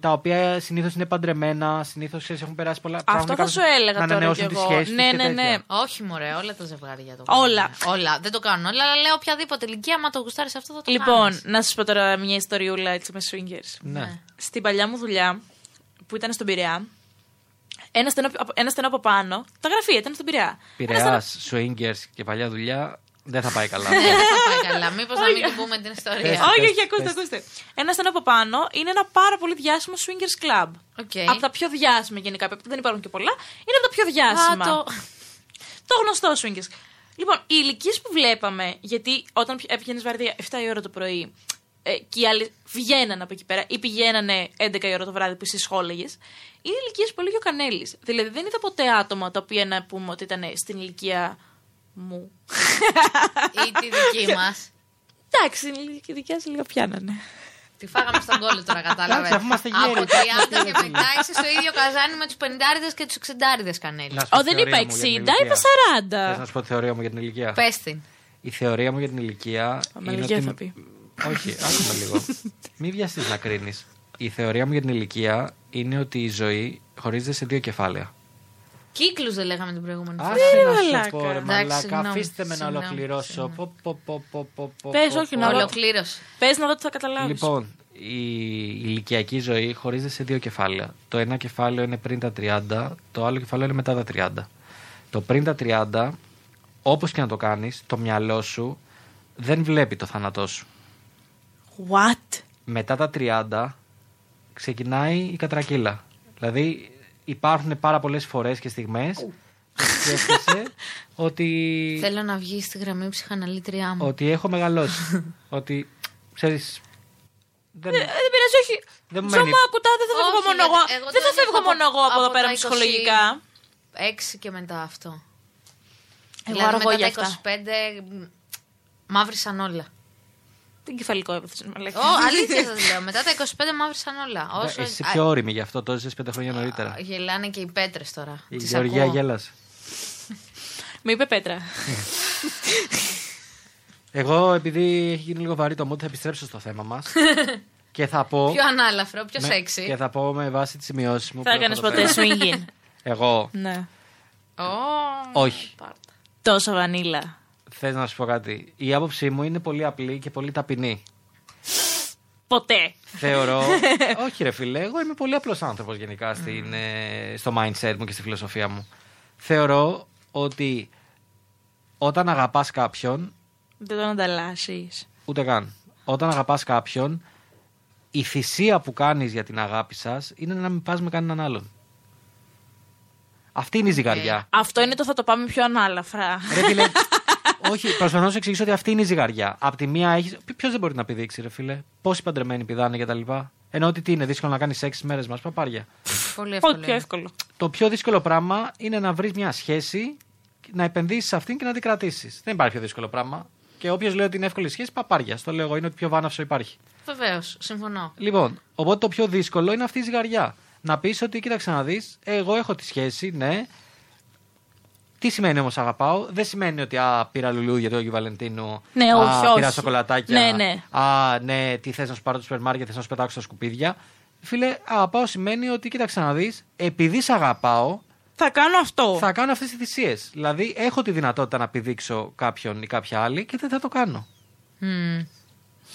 Speaker 3: τα οποία συνήθως είναι παντρεμένα, συνήθως έχουν περάσει πολλά
Speaker 4: Αυτό θα
Speaker 3: κάποιους
Speaker 4: σου έλεγα
Speaker 3: να
Speaker 4: τώρα κι
Speaker 3: ανανεώσουν τις
Speaker 4: εγώ.
Speaker 3: σχέσεις τους
Speaker 4: Ναι,
Speaker 3: και
Speaker 4: ναι, ναι.
Speaker 3: τέτοια.
Speaker 5: Όχι, μωρέ, όλα τα ζευγάρια το
Speaker 4: Όλα.
Speaker 5: κάνουν. Όλα. Δεν το κάνουν όλα, αλλά λέω οποιαδήποτε ηλικία, άμα το γουστάρεις αυτό θα το
Speaker 4: Λοιπόν, να σας πω τώρα μια ιστοριούλα έτσι με swingers.
Speaker 3: Ναι.
Speaker 4: Στην παλιά μου δουλειά, που ήταν στον Πειραιά, ένα στενό, ένα στενό από πάνω, τα γραφεία ήταν στον Πειραιά.
Speaker 3: Πειραιάς, swingers και παλιά δουλειά δεν θα πάει καλά.
Speaker 5: Ναι, Δεν πάει καλά. Μήπως να μην την πούμε την ιστορία.
Speaker 4: Όχι,
Speaker 3: πες,
Speaker 4: όχι, ακούστε,
Speaker 3: πες.
Speaker 4: ακούστε. Ένα στενό από πάνω είναι ένα πάρα πολύ διάσημο swingers club.
Speaker 5: Οκ.
Speaker 4: Από τα πιο διάσημα γενικά, επειδή δεν υπάρχουν και πολλά, είναι από τα πιο
Speaker 5: Α,
Speaker 4: διάσημα.
Speaker 5: το-
Speaker 4: Το γνωστό swingers. Λοιπόν, οι ηλικίες που βλέπαμε, γιατί όταν έπηγαινε βαρδία 7 η ώρα το πρωί ε, και οι άλλοι βγαίνανε από εκεί πέρα ή πηγαίνανε 11 η ώρα το βράδυ που εσύ σχόλεγε, είναι ηλικίες που έλεγε ο Κανέλης. Δηλαδή δεν είδα ποτέ άτομα τα οποία να πούμε ότι ήταν στην ηλικία μου.
Speaker 5: ή τη δική μας.
Speaker 4: Εντάξει, στην ηλικία δικιά σου λίγο πιάνανε.
Speaker 5: Τη φάγαμε στον κόλλο τώρα, κατάλαβες.
Speaker 3: Εντάξει, αφού είμαστε γέροι,
Speaker 5: Από 30
Speaker 3: εντάξει,
Speaker 5: και μετά είσαι στο ίδιο καζάνι με τους 50 και τους 60 κανέλη.
Speaker 3: Να σου πω
Speaker 4: Ω,
Speaker 3: τη
Speaker 4: δεν
Speaker 3: θεωρία μου
Speaker 4: είπα
Speaker 3: για την
Speaker 4: 60,
Speaker 3: ηλικία.
Speaker 4: είπα
Speaker 3: Θες να
Speaker 4: 40.
Speaker 3: σου πω τη θεωρία μου για την ηλικία.
Speaker 5: Πες την.
Speaker 3: Η θεωρία μου για την ηλικία. είναι
Speaker 4: Αμαλγία
Speaker 3: ότι-
Speaker 4: θα πει.
Speaker 3: Όχι, άκουσα λίγο. Μην βιαστείς να κρίνεις. Η θεωρία μου για την ηλικία είναι ότι η ζωή χωρίζεται σε δύο κεφάλαια.
Speaker 5: Κύκλους δεν λέγαμε την προηγούμενη φορά.
Speaker 3: Άσε να σου
Speaker 4: μαλάκα.
Speaker 3: πω, ρε
Speaker 5: Εντάξει,
Speaker 3: μαλάκα.
Speaker 5: συγγνώμη,
Speaker 3: Αφήστε με να
Speaker 5: συγγνώμη,
Speaker 3: ολοκληρώσω.
Speaker 5: συγγνώμη.
Speaker 3: Πω, πω, πω, πω, πω, πω,
Speaker 4: Πες,
Speaker 3: πω,
Speaker 4: όχι,
Speaker 3: πω.
Speaker 4: να δω.
Speaker 5: Ολοκλήρωση.
Speaker 4: Πες να δω τι θα καταλάβεις.
Speaker 3: Λοιπόν, η ηλικιακή ζωή χωρίζεται σε δύο κεφάλαια. Το ένα κεφάλαιο είναι πριν τα 30, το άλλο κεφάλαιο είναι μετά τα 30. Το πριν τα 30, όπως και να το κάνεις, το μυαλό σου δεν βλέπει το θάνατό σου.
Speaker 4: What?
Speaker 3: μετά τα 30 ξεκινάει η κατρακύλα. Δηλαδή υπάρχουν πάρα πολλές φορές και στιγμές που σκέφτεσαι ότι,
Speaker 5: Θέλω να βγει στη γραμμή ψυχαναλήτριά μου.
Speaker 3: ότι έχω μεγαλώσει. ότι ξέρεις... Δεν...
Speaker 4: Ε, Δεν πειράζει, όχι.
Speaker 3: Δεν μου μένει.
Speaker 4: Ζωμά, κουτά, δεν θα
Speaker 5: Όχι,
Speaker 4: φεύγω μόνο
Speaker 5: γιατί
Speaker 4: εγώ.
Speaker 5: εγώ
Speaker 4: Δεν
Speaker 5: το
Speaker 4: θα φεύγω
Speaker 5: έχω
Speaker 4: μόνο
Speaker 5: από-
Speaker 4: εγώ από εδώ
Speaker 5: από
Speaker 4: πέρα
Speaker 5: τα 20.
Speaker 4: ψυχολογικά.
Speaker 5: Έξι και μετά αυτό.
Speaker 4: Εγώ
Speaker 5: δηλαδή
Speaker 4: αργώ για
Speaker 5: μετά
Speaker 4: αυτά.
Speaker 5: τα 25 μ, μαύρισαν όλα.
Speaker 4: Την κεφαλικό έπαθες, μαλάκα.
Speaker 5: Ω, αλήθεια σας λέω. Μετά τα 25 μαύρισαν όλα. Όσο...
Speaker 3: Ναι, Εσύ
Speaker 5: α,
Speaker 3: πιο όρημη γι' αυτό το έζησες πέντε χρόνια νωρίτερα.
Speaker 5: Γελάνε και οι πέτρες τώρα.
Speaker 3: Η
Speaker 5: Τις
Speaker 3: Γεωργία
Speaker 5: ακούω.
Speaker 3: γέλασε.
Speaker 4: Με είπε πέτρα.
Speaker 3: Εγώ επειδή έχει γίνει λίγο βαρύ το μόντ θα επιστρέψω στο θέμα μας και θα πω...
Speaker 5: Πιο ανάλαφρο, πιο
Speaker 3: με-
Speaker 5: σεξι.
Speaker 3: Ναι, Και θα πω με βάση τις σημειώσεις μου. που
Speaker 4: Θα
Speaker 3: έχω
Speaker 4: έκανες
Speaker 3: εδώ
Speaker 4: ποτέ
Speaker 3: πέρα.
Speaker 4: swinging.
Speaker 3: Εγώ.
Speaker 4: Ναι.
Speaker 5: Ω,
Speaker 3: Όχι.
Speaker 5: πάρτα.
Speaker 4: Τόσο βανίλα.
Speaker 3: Θες να σου πω κάτι. Η άποψή μου είναι πολύ απλή και πολύ ταπεινή.
Speaker 4: Ποτέ.
Speaker 3: Θεωρώ. όχι, ρε φίλε, εγώ είμαι πολύ απλός άνθρωπος γενικά στην, ε, στο mindset μου και στη φιλοσοφία μου. Θεωρώ ότι όταν αγαπάς κάποιον,
Speaker 4: Δεν τον ανταλλάσσεις.
Speaker 3: ούτε καν. Όταν αγαπάς κάποιον, η θυσία που κάνεις για την αγάπη σας είναι να μην πας με κανέναν άλλον. Αυτή είναι η ζυγαριά.
Speaker 4: Αυτό είναι το θα το πάμε πιο ανάλαφρα.
Speaker 3: Ρε φίλε, όχι, προσπαθώ να σου εξηγήσω ότι αυτή είναι η ζυγαριά. Απ' τη μία έχεις. Ποιο δεν μπορεί να πηδήξει, ρε φίλε. Πόσοι παντρεμένοι πηδάνε και τα λοιπά. Ενώ ότι τι είναι, δύσκολο να κάνεις σεξ μέρες μας, παπάρια.
Speaker 5: Πολύ
Speaker 4: Ό,τι
Speaker 5: εύκολο.
Speaker 4: πιο
Speaker 5: είναι.
Speaker 4: εύκολο.
Speaker 3: Το πιο δύσκολο πράγμα είναι να βρεις μια σχέση, να επενδύσεις σε αυτήν και να την κρατήσεις. Δεν υπάρχει πιο δύσκολο πράγμα. Και όποιος λέει ότι είναι εύκολη σχέση, παπάρια. Στο λέω εγώ, είναι ότι πιο βάναυσο υπάρχει.
Speaker 5: Βεβαίως, συμφωνώ.
Speaker 3: Λοιπόν, οπότε το πιο δύσκολο είναι αυτή η ζυγαριά. Να πεις ότι, κοίταξε να δεις, εγώ έχω τη σχέση, ναι. Τι σημαίνει όμως αγαπάω, Δεν σημαίνει ότι α, πήρα λουλούδια του Άγιου Βαλεντίνου.
Speaker 4: Ναι,
Speaker 3: α,
Speaker 4: όχι, όχι.
Speaker 3: Πήρα σοκολατάκια.
Speaker 4: Ναι, ναι.
Speaker 3: Α, ναι, τι θες να σου πάρω το σούπερ μάρκετ, θες να σου πετάξω στα σκουπίδια. Φίλε, αγαπάω σημαίνει ότι, κοίταξε να δεις, επειδή σε αγαπάω,
Speaker 4: Θα κάνω αυτό.
Speaker 3: θα κάνω αυτές τις θυσίες. Δηλαδή, έχω τη δυνατότητα να πηδήξω κάποιον ή κάποια άλλη και δεν θα το κάνω.
Speaker 5: Μμμ.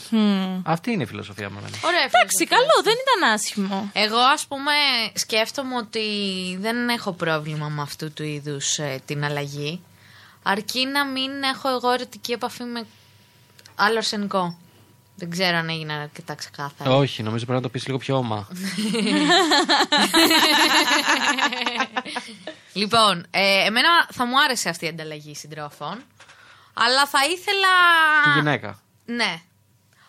Speaker 4: Μμμ.
Speaker 3: Αυτή είναι η φιλοσοφία μου. εμένα.
Speaker 5: Ωραία,
Speaker 4: Εντάξει,
Speaker 5: φίλε.
Speaker 4: καλό, δεν ήταν άσχημο.
Speaker 5: Εγώ, ας πούμε, σκέφτομαι ότι δεν έχω πρόβλημα με αυτού του είδους την αλλαγή. Αρκεί να μην έχω εγώ ερωτική επαφή με άλλο αρσενικό. Δεν ξέρω αν έγινα αρκετά ξεκάθαρα.
Speaker 3: Όχι, νομίζω πρέπει να το πεις λίγο πιο όμα.
Speaker 5: Λοιπόν, ε, εμένα θα μου άρεσε αυτή η ανταλλαγή συντρόφων. Αλλά θα ήθελα.
Speaker 3: Τη γυναίκα.
Speaker 5: Ναι.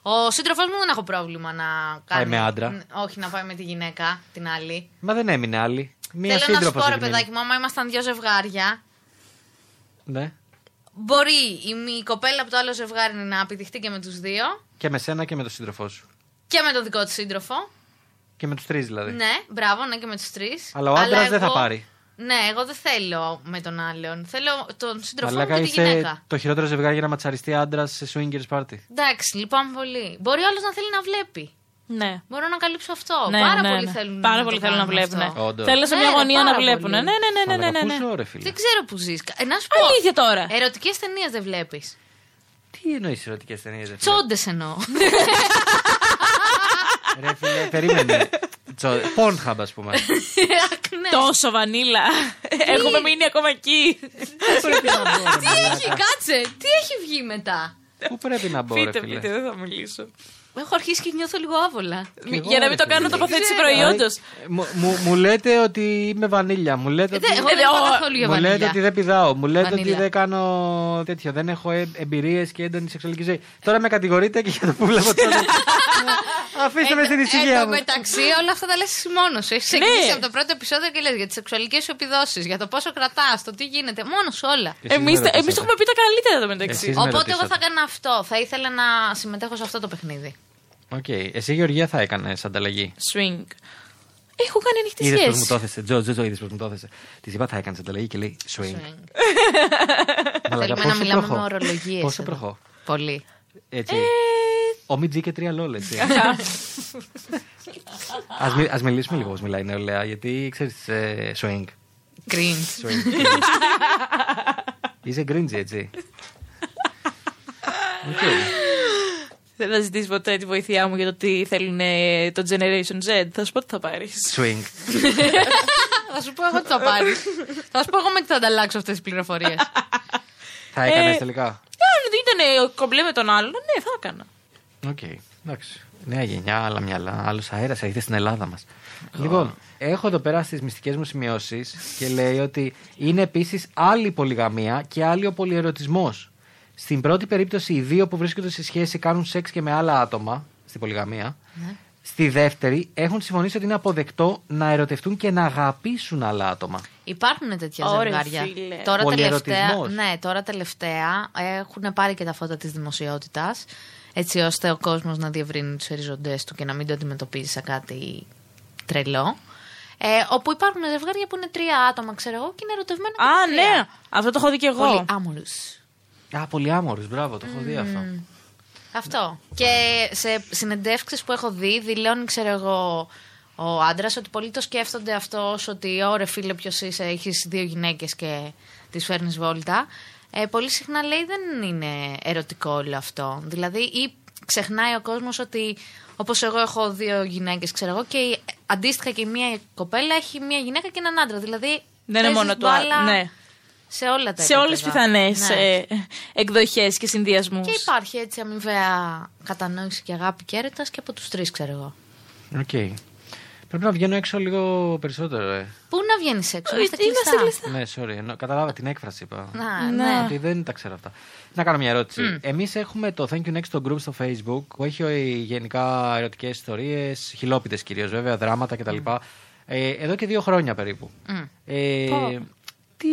Speaker 5: Ο σύντροφός μου δεν έχω πρόβλημα να κάνει.
Speaker 3: με άντρα.
Speaker 5: Ν- Όχι, να πάει με τη γυναίκα, την άλλη.
Speaker 3: Μα δεν έμεινε άλλη. Μία
Speaker 5: Θέλω να σου
Speaker 3: σύντροφος.
Speaker 5: πω, ρε παιδάκι μου, άμα ήμασταν δύο ζευγάρια,
Speaker 3: Ναι.
Speaker 5: μπορεί η, μη- η κοπέλα από το άλλο ζευγάρι να επιδειχτεί και με τους δύο
Speaker 3: Και με σένα και με τον σύντροφό σου.
Speaker 5: και με τον δικό τη σύντροφο.
Speaker 3: Και με τους τρεις δηλαδή.
Speaker 5: Ναι, μπράβο, ναι και με τους τρεις.
Speaker 3: Αλλά ο άντρας δεν θα πάρει.
Speaker 5: Ναι, εγώ δεν θέλω με τον άλλον. Θέλω τον σύντροφό μου
Speaker 3: Μαλάκα,
Speaker 5: και τη γυναίκα.
Speaker 3: το χειρότερο ζευγάρι για να ματσαριστεί άντρας σε swingers party.
Speaker 5: Εντάξει, λυπάμαι πολύ. Μπορεί άλλος να θέλει να βλέπει.
Speaker 4: Ναι.
Speaker 5: Μπορώ να καλύψω αυτό.
Speaker 4: Ναι,
Speaker 5: πάρα
Speaker 4: ναι,
Speaker 5: πολύ
Speaker 4: ναι.
Speaker 5: θέλουν
Speaker 4: Πάρα
Speaker 5: να
Speaker 4: πολύ
Speaker 5: το
Speaker 4: θέλουν να
Speaker 5: κάνουν
Speaker 4: βλέπουν.
Speaker 5: αυτό.
Speaker 3: Όντως.
Speaker 4: Θέλουν σε μια
Speaker 5: Ναι, ρε,
Speaker 4: γωνία να
Speaker 5: πάρα
Speaker 4: βλέπουν. Ναι,
Speaker 5: πολύ.
Speaker 4: ναι, ναι, ναι, ναι, ναι.
Speaker 3: Μαλακούσο, ρε φίλε.
Speaker 5: Δεν ξέρω που ζεις. Να σου πω.
Speaker 4: Αλήθεια τώρα.
Speaker 5: Ερωτικές ταινίες δεν βλέπεις.
Speaker 3: Τι εννοείς ερωτικές ταινίες, ρε φίλε.
Speaker 5: Τσόντες εννοώ.
Speaker 4: Ναι.
Speaker 3: Ρε φίλε, περίμενε. Τσο... Pornhub, ας πούμε.
Speaker 5: Ναι.
Speaker 4: Τόσο βανίλα. Έχουμε μείνει ακόμα εκεί.
Speaker 3: Πού πρέπει να μπω, ρε
Speaker 5: Τι
Speaker 3: μαλάκα.
Speaker 5: έχει, κάτσε. Τι έχει βγει μετά.
Speaker 3: Πού πρέπει να μπω, ρε
Speaker 4: Πείτε, πείτε,
Speaker 3: φίλε.
Speaker 4: δεν θα μιλήσω.
Speaker 5: Έχω αρχίσει και νιώθω λίγο άβολα.
Speaker 4: Μη-
Speaker 3: εγώ,
Speaker 4: Για να
Speaker 3: ρε
Speaker 4: μην το
Speaker 3: φίλε.
Speaker 4: κάνω τοποθέτηση
Speaker 5: Ξέρω.
Speaker 4: προϊόντος.
Speaker 3: Ε, μου- μου- Μου λέτε ότι είμαι βανίλια. Μου λέτε
Speaker 5: Ε,
Speaker 3: ότι.
Speaker 5: δε- Εγώ
Speaker 4: Ε,
Speaker 5: δεν
Speaker 4: δε- ο-
Speaker 5: είπα καθόλου για
Speaker 3: Μου λέτε ότι
Speaker 5: βανίλια.
Speaker 3: δεν πηδάω. Μου λέτε ότι
Speaker 5: Βανίλια.
Speaker 3: δεν κάνω τέτοιο. Δεν έχω εμπειρίες και έντονη σεξουαλική ζωή. Τώρα με κατηγορείτε και για το που βλέπω τώρα. Αφήστε
Speaker 5: Ε,
Speaker 3: με στην
Speaker 5: Εν
Speaker 3: ησυχία
Speaker 5: τω
Speaker 3: μου. Ναι.
Speaker 5: μεταξύ, όλα αυτά τα λες εσύ μόνος σου. Έχεις ξεκινήσει από το πρώτο επεισόδιο και λες για τις σεξουαλικές σου επιδόσεις, για το πόσο κρατάς, το τι γίνεται. Μόνος όλα.
Speaker 3: Εσείς
Speaker 4: Εμείς
Speaker 3: με
Speaker 4: το εμείς το
Speaker 3: ρωτήσατε.
Speaker 4: έχουμε πει τα καλύτερα εδώ μεταξύ.
Speaker 3: Εσείς με
Speaker 5: Οπότε εγώ
Speaker 3: ρωτήσατε.
Speaker 5: θα έκανα αυτό. Θα ήθελα να συμμετέχω σε αυτό το παιχνίδι.
Speaker 3: Οκ. Εσύ, Γεωργία, θα έκανες ανταλλαγή.
Speaker 4: Swing. Έχω κάνει ανοιχτή
Speaker 3: Είδες πώς μου το
Speaker 4: σχέση.
Speaker 3: έθεσε. Τζο, Τζο, είδες πώς μου το έθεσε. Της είπα θα έκανες ανταλλαγή και λέει swing.
Speaker 5: Θέλουμε να μιλάμε με Ε. ορολογίε.
Speaker 3: Πώ σε προχώ.
Speaker 5: Πολύ.
Speaker 3: Έτσι.
Speaker 4: Ε,
Speaker 3: Ο Μιτζή και τρία λόλ, έτσι. ας, μι- ας μιλήσουμε λίγο πώς μιλάει η νεολαία, γιατί ξέρεις ε, swing.
Speaker 5: Cringe.
Speaker 3: swing. Είσαι γκριντζι, έτσι. Οκ.
Speaker 4: Δεν θα ζητήσεις ποτέ τη βοήθειά μου για το τι θέλουν ε, το Generation Z. Θα σου πω τι θα πάρεις.
Speaker 3: Swing.
Speaker 5: Θα σου πω εγώ τι θα πάρεις. θα σου πω εγώ με τι θα ανταλλάξω αυτές τις πληροφορίες.
Speaker 3: Θα έκανες
Speaker 4: Ε.
Speaker 3: τελικά.
Speaker 4: Αν ήταν κομπλέ με τον άλλον, ναι, θα έκανα.
Speaker 3: Οκ. Εντάξει. Νέα γενιά, άλλα μυαλά, άλλος αέρας έρχεται στην Ελλάδα μας. Λοιπόν, έχω εδώ πέρα στις μυστικές μου σημειώσεις και λέει ότι είναι επίσης άλλη η πολυγαμία και άλλη ο πολυερωτισμό. Στην πρώτη περίπτωση, οι δύο που βρίσκονται σε σχέση κάνουν σεξ και με άλλα άτομα στην πολυγαμία. Στη δεύτερη, έχουν συμφωνήσει ότι είναι αποδεκτό να ερωτευτούν και να αγαπήσουν άλλα άτομα.
Speaker 5: Υπάρχουν τέτοια
Speaker 4: Ωραία,
Speaker 5: ζευγάρια.
Speaker 4: φίλε.
Speaker 5: Τώρα τελευταία,
Speaker 3: Πολυερωτισμός.
Speaker 5: ναι, τώρα τελευταία έχουν πάρει και τα φώτα της δημοσιότητας. Έτσι ώστε ο κόσμος να διευρύνει τους οριζοντέ του και να μην το αντιμετωπίζει σαν κάτι τρελό. Ε, όπου υπάρχουν ζευγάρια που είναι τρία άτομα, ξέρω εγώ, και είναι ερωτευμένα. και
Speaker 4: Α,
Speaker 5: τα τρία.
Speaker 4: ναι, αυτό το έχω δει και εγώ.
Speaker 5: Πολύ άμολους.
Speaker 3: Α, πολυάμορου, μπράβο, το έχω δει αυτό.
Speaker 5: Αυτό. Και σε συνεντεύξεις που έχω δει, δηλώνει, ξέρω εγώ, ο άντρας ότι πολλοί το σκέφτονται αυτό ως ότι ωραία, φίλε, ποιος είσαι, έχεις δύο γυναίκες και τις φέρνεις βόλτα. Ε, πολύ συχνά λέει δεν είναι ερωτικό όλο αυτό. Δηλαδή, ή ξεχνάει ο κόσμος ότι όπως εγώ έχω δύο γυναίκες, ξέρω εγώ, και η- αντίστοιχα και μία κοπέλα έχει μία γυναίκα και έναν άντρα. Δηλαδή,
Speaker 4: Δεν είναι
Speaker 5: παίζεις
Speaker 4: μόνο το
Speaker 5: μπάλα
Speaker 4: άλλο. Ναι.
Speaker 5: Σε όλα τα
Speaker 4: Σε όλες τις
Speaker 5: επίπεδα.
Speaker 4: πιθανές
Speaker 5: Ναι.
Speaker 4: εκδοχέ ε, και συνδυασμούς.
Speaker 5: Και υπάρχει έτσι αμοιβαία κατανόηση και αγάπη και έρετας και από τους τρεις, ξέρω εγώ.
Speaker 3: Οκ. Πρέπει να βγαίνω έξω λίγο περισσότερο, ε.
Speaker 5: Πού να βγαίνεις έξω, είμαστε
Speaker 4: Ε, Είμαστε
Speaker 5: κλειστά.
Speaker 4: κλειστά.
Speaker 3: Ναι, sorry. εννο- Καταλάβα την έκφραση, είπα.
Speaker 5: Να, ναι.
Speaker 3: Ότι δεν τα ξέρω αυτά. Να κάνω μια ερώτηση. Εμείς έχουμε το Thank you Next στο group στο Facebook που έχει ε, γενικά ερωτικές ιστορίες, χιλόπιτες κυρίως βέβαια, δράματα κτλ. Ε, εδώ και δύο χρόνια περίπου.
Speaker 5: Μμ.
Speaker 3: Ε,
Speaker 4: Πω.
Speaker 3: τι,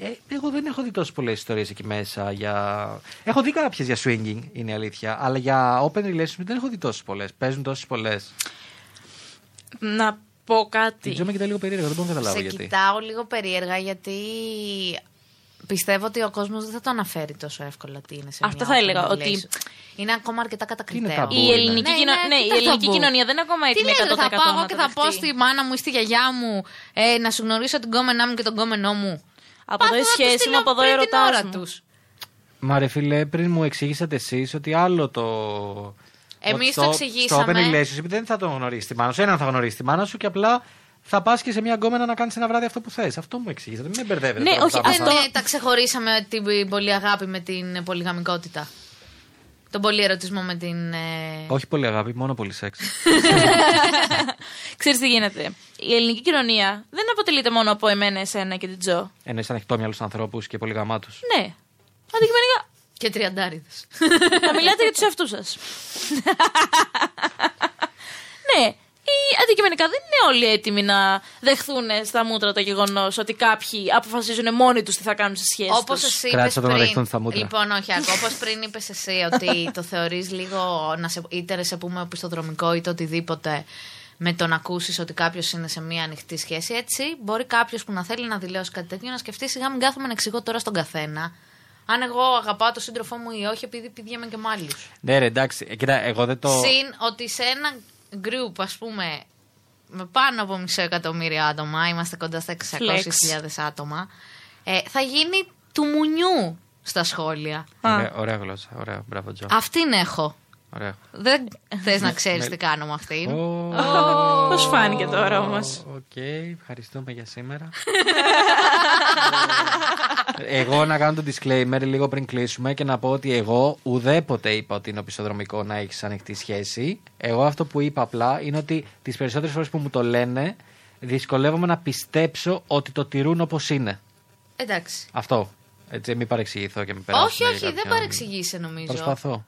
Speaker 3: ε, εγώ δεν έχω δει τόσο πολλές ιστορίες εκεί μέσα για... Έχω δει κάποιες για swinging, είναι η αλήθεια, αλλά για open relationship δεν έχω δει τόσες πολλές. Παίζουν τόσες πολλές.
Speaker 4: Να πω
Speaker 3: Η
Speaker 4: κάτι.
Speaker 3: Τζο με κοιτάει λίγο περίεργα, δεν μπορώ να καταλάβω
Speaker 5: Σε
Speaker 3: γιατί.
Speaker 5: κοιτάω λίγο περίεργα γιατί πιστεύω ότι ο κόσμος δεν θα το αναφέρει τόσο εύκολα τι είναι σε
Speaker 4: Αυτό
Speaker 5: μια
Speaker 4: θα έλεγα,
Speaker 5: open
Speaker 4: ότι-
Speaker 5: relation. Είναι ακόμα αρκετά
Speaker 3: Είναι
Speaker 5: κατακριτέο.
Speaker 3: ταμπού,
Speaker 4: Η
Speaker 3: είναι.
Speaker 4: ελληνική, κοινο- ναι, η
Speaker 5: κοίτα,
Speaker 4: ελληνική
Speaker 5: ταμπού.
Speaker 4: κοινωνία δεν είναι ακόμα
Speaker 5: Τι
Speaker 4: έτοιμη 100%
Speaker 5: λες, ρε, θα πάω
Speaker 4: να
Speaker 5: εγώ και
Speaker 4: το
Speaker 5: θα πω
Speaker 4: δεχτεί.
Speaker 5: στη μάνα μου ή στη γιαγιά μου ε, να σου γνωρίσω την κόμενά μου και τον κόμενό μου.
Speaker 4: Από εδώ
Speaker 5: Πάθω
Speaker 4: η
Speaker 5: να τους
Speaker 4: σχέση μου,
Speaker 5: στείλω
Speaker 4: από εδώ η
Speaker 5: πριν την
Speaker 4: ερωτάς
Speaker 5: ώρα
Speaker 4: μου.
Speaker 5: τους.
Speaker 3: Μα ρε φίλε, πριν μου εξήγησατε εσείς ότι άλλο το.
Speaker 5: Εμείς
Speaker 3: στο-
Speaker 5: το
Speaker 3: Στο
Speaker 5: εξηγήσαμε.
Speaker 3: open relationship δεν θα τον γνωρίσει τη μάνα σου. Έναν θα γνωρίσει τη μάνα σου και απλά θα πας και σε μια γκόμενα να κάνεις ένα βράδυ αυτό που θες. Αυτό μου εξήγησατε. Μην με μπερδεύετε.
Speaker 4: Ναι,
Speaker 3: τώρα
Speaker 4: όχι,
Speaker 3: που τα
Speaker 5: Δεν
Speaker 4: Αυτό-
Speaker 5: ε, τα ξεχωρίσαμε την πολύ αγάπη με την πολυγαμικότητα. Τον πολύ ερωτισμό με την. ε,
Speaker 3: είπα. Όχι πολύ αγάπη, μόνο πολύ σεξ.
Speaker 4: Ξέρεις τι γίνεται. Η ελληνική κοινωνία δεν αποτελείται μόνο από εμένα, εσένα και την Τζο.
Speaker 3: Ενώ είσαι ανοιχτό μυαλό ανθρώπους και πολύ γαμάτους.
Speaker 4: Ναι. Αντικειμενικά.
Speaker 5: και τριαντάριδες.
Speaker 4: θα μιλάτε για τους εαυτούς σας. ναι. Ή αντικειμενικά δεν είναι όλοι έτοιμοι να δεχθούν στα μούτρα το γεγονός ότι κάποιοι αποφασίζουν μόνοι τους τι θα κάνουν σε σχέση
Speaker 5: Όπως
Speaker 4: τους.
Speaker 5: εσύ
Speaker 3: Κράτησα
Speaker 5: είπες
Speaker 3: το να δεχτούν στα
Speaker 5: πριν.
Speaker 3: μούτρα.
Speaker 5: Λοιπόν, όχι, όπως πριν είπες εσύ ότι το θεωρείς λίγο να σε, είτε σε πούμε οπισθοδρομικό είτε οτιδήποτε με το να ακούσεις ότι κάποιος είναι σε μια ανοιχτή σχέση. Έτσι, μπορεί κάποιος που να θέλει να δηλώσει κάτι τέτοιο να σκεφτεί σιγά μην κάθομαι να εξηγώ τώρα στον καθένα. Αν εγώ αγαπάω τον σύντροφό μου ή όχι, επειδή πηγαίνουμε και με άλλου.
Speaker 3: Ναι, ρε, εντάξει. Ε, Κοίτα, εγώ δεν το.
Speaker 5: Συν ότι σε ένα group, ας πούμε, με πάνω από μισό εκατομμύριο άτομα, είμαστε κοντά στα 600.000 άτομα, ε, θα γίνει του μουνιού στα σχόλια.
Speaker 3: Ωραία, ωραία γλώσσα. Ωραία, μπράβο, Τζο.
Speaker 5: Αυτήν έχω.
Speaker 3: Ωραία.
Speaker 5: Δεν θες να ξέρεις τι κάνω με αυτήν.
Speaker 3: Ναι, Ω,
Speaker 4: Πώς φάνηκε τώρα όμως.
Speaker 3: Οκ, ευχαριστούμε για σήμερα. εγώ να κάνω το disclaimer λίγο πριν κλείσουμε και να πω ότι εγώ ουδέποτε είπα ότι είναι οπισθοδρομικό να έχεις ανοιχτή σχέση. Εγώ αυτό που είπα απλά είναι ότι τις περισσότερες φορές που μου το λένε, δυσκολεύομαι να πιστέψω ότι το τηρούν όπως είναι.
Speaker 5: Εντάξει.
Speaker 3: Αυτό. Έτσι, μην παρεξηγηθώ και μην περάσω.
Speaker 5: Όχι, όχι, δεν παρεξηγήσε νομίζω.
Speaker 3: Προσπαθώ.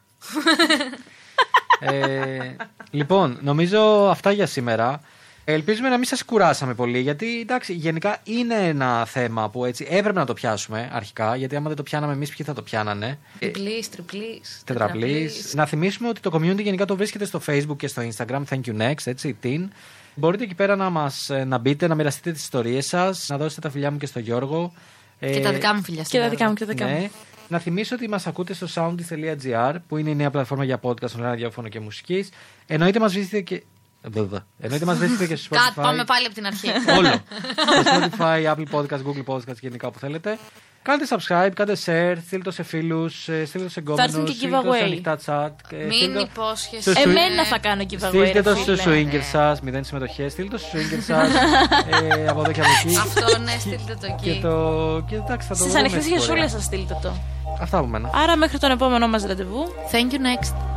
Speaker 3: ε, λοιπόν, νομίζω αυτά για σήμερα. Ελπίζουμε να μην σας κουράσαμε πολύ, γιατί εντάξει, γενικά είναι ένα θέμα που έτσι έπρεπε να το πιάσουμε αρχικά, γιατί άμα δεν το πιάναμε εμείς, ποιοι θα το πιάνανε.
Speaker 5: Διπλή, τριπλή.
Speaker 3: Τετραπλή. Να θυμίσουμε ότι το community γενικά το βρίσκεται στο Facebook και στο Instagram. Thank you next, έτσι, την. Μπορείτε εκεί πέρα να μας, ε, να μπείτε, να μοιραστείτε τις ιστορίες σας, να δώσετε τα φιλιά μου και στο Γιώργο. Ε,
Speaker 5: Και τα δικά μου φιλιά.
Speaker 4: Και τα δικά μου και τα δικά μου.
Speaker 3: Ναι. Να θυμίσω ότι μας ακούτε στο soundist.gr που είναι η νέα πλατφόρμα για podcast, online ραδιόφωνο και μουσικής. Εννοείται μας βρίσκεται και. Βέβαια. Εννοείται μας βρίσκεται και στο
Speaker 5: Κάτι,
Speaker 3: Spotify.
Speaker 5: πάμε πάλι από την αρχή.
Speaker 3: Όλο. στο Spotify, Apple Podcast, Google Podcast, γενικά όπου θέλετε. Κάντε subscribe, κάντε share, στείλτε το σε φίλους, στείλτε το σε γκόμενου.
Speaker 4: έρθουν και
Speaker 3: το σε
Speaker 4: giveaway.
Speaker 3: ανοιχτά chat. ε,
Speaker 5: Μην
Speaker 3: στείλτε το-
Speaker 5: υπόσχεσαι.
Speaker 3: στο
Speaker 4: Εμένα θα κάνω giveaway.
Speaker 3: Στείλτε
Speaker 4: ρε
Speaker 3: το
Speaker 4: φίλε.
Speaker 3: στου swingers σας, μηδέν συμμετοχές. Στείλτε το στου swingers σας ε, από εδώ και από εκεί.
Speaker 5: Αυτό ναι, στείλτε το
Speaker 3: Και
Speaker 5: εκεί.
Speaker 3: το. Και εντάξει, θα το
Speaker 4: Στις
Speaker 3: βρούμε
Speaker 4: ανοιχτές
Speaker 3: στην πορεία.
Speaker 4: γιασούλε σας στείλτε το.
Speaker 3: Αυτά από μένα.
Speaker 4: Άρα μέχρι τον επόμενο μας ραντεβού.
Speaker 5: Thank you next.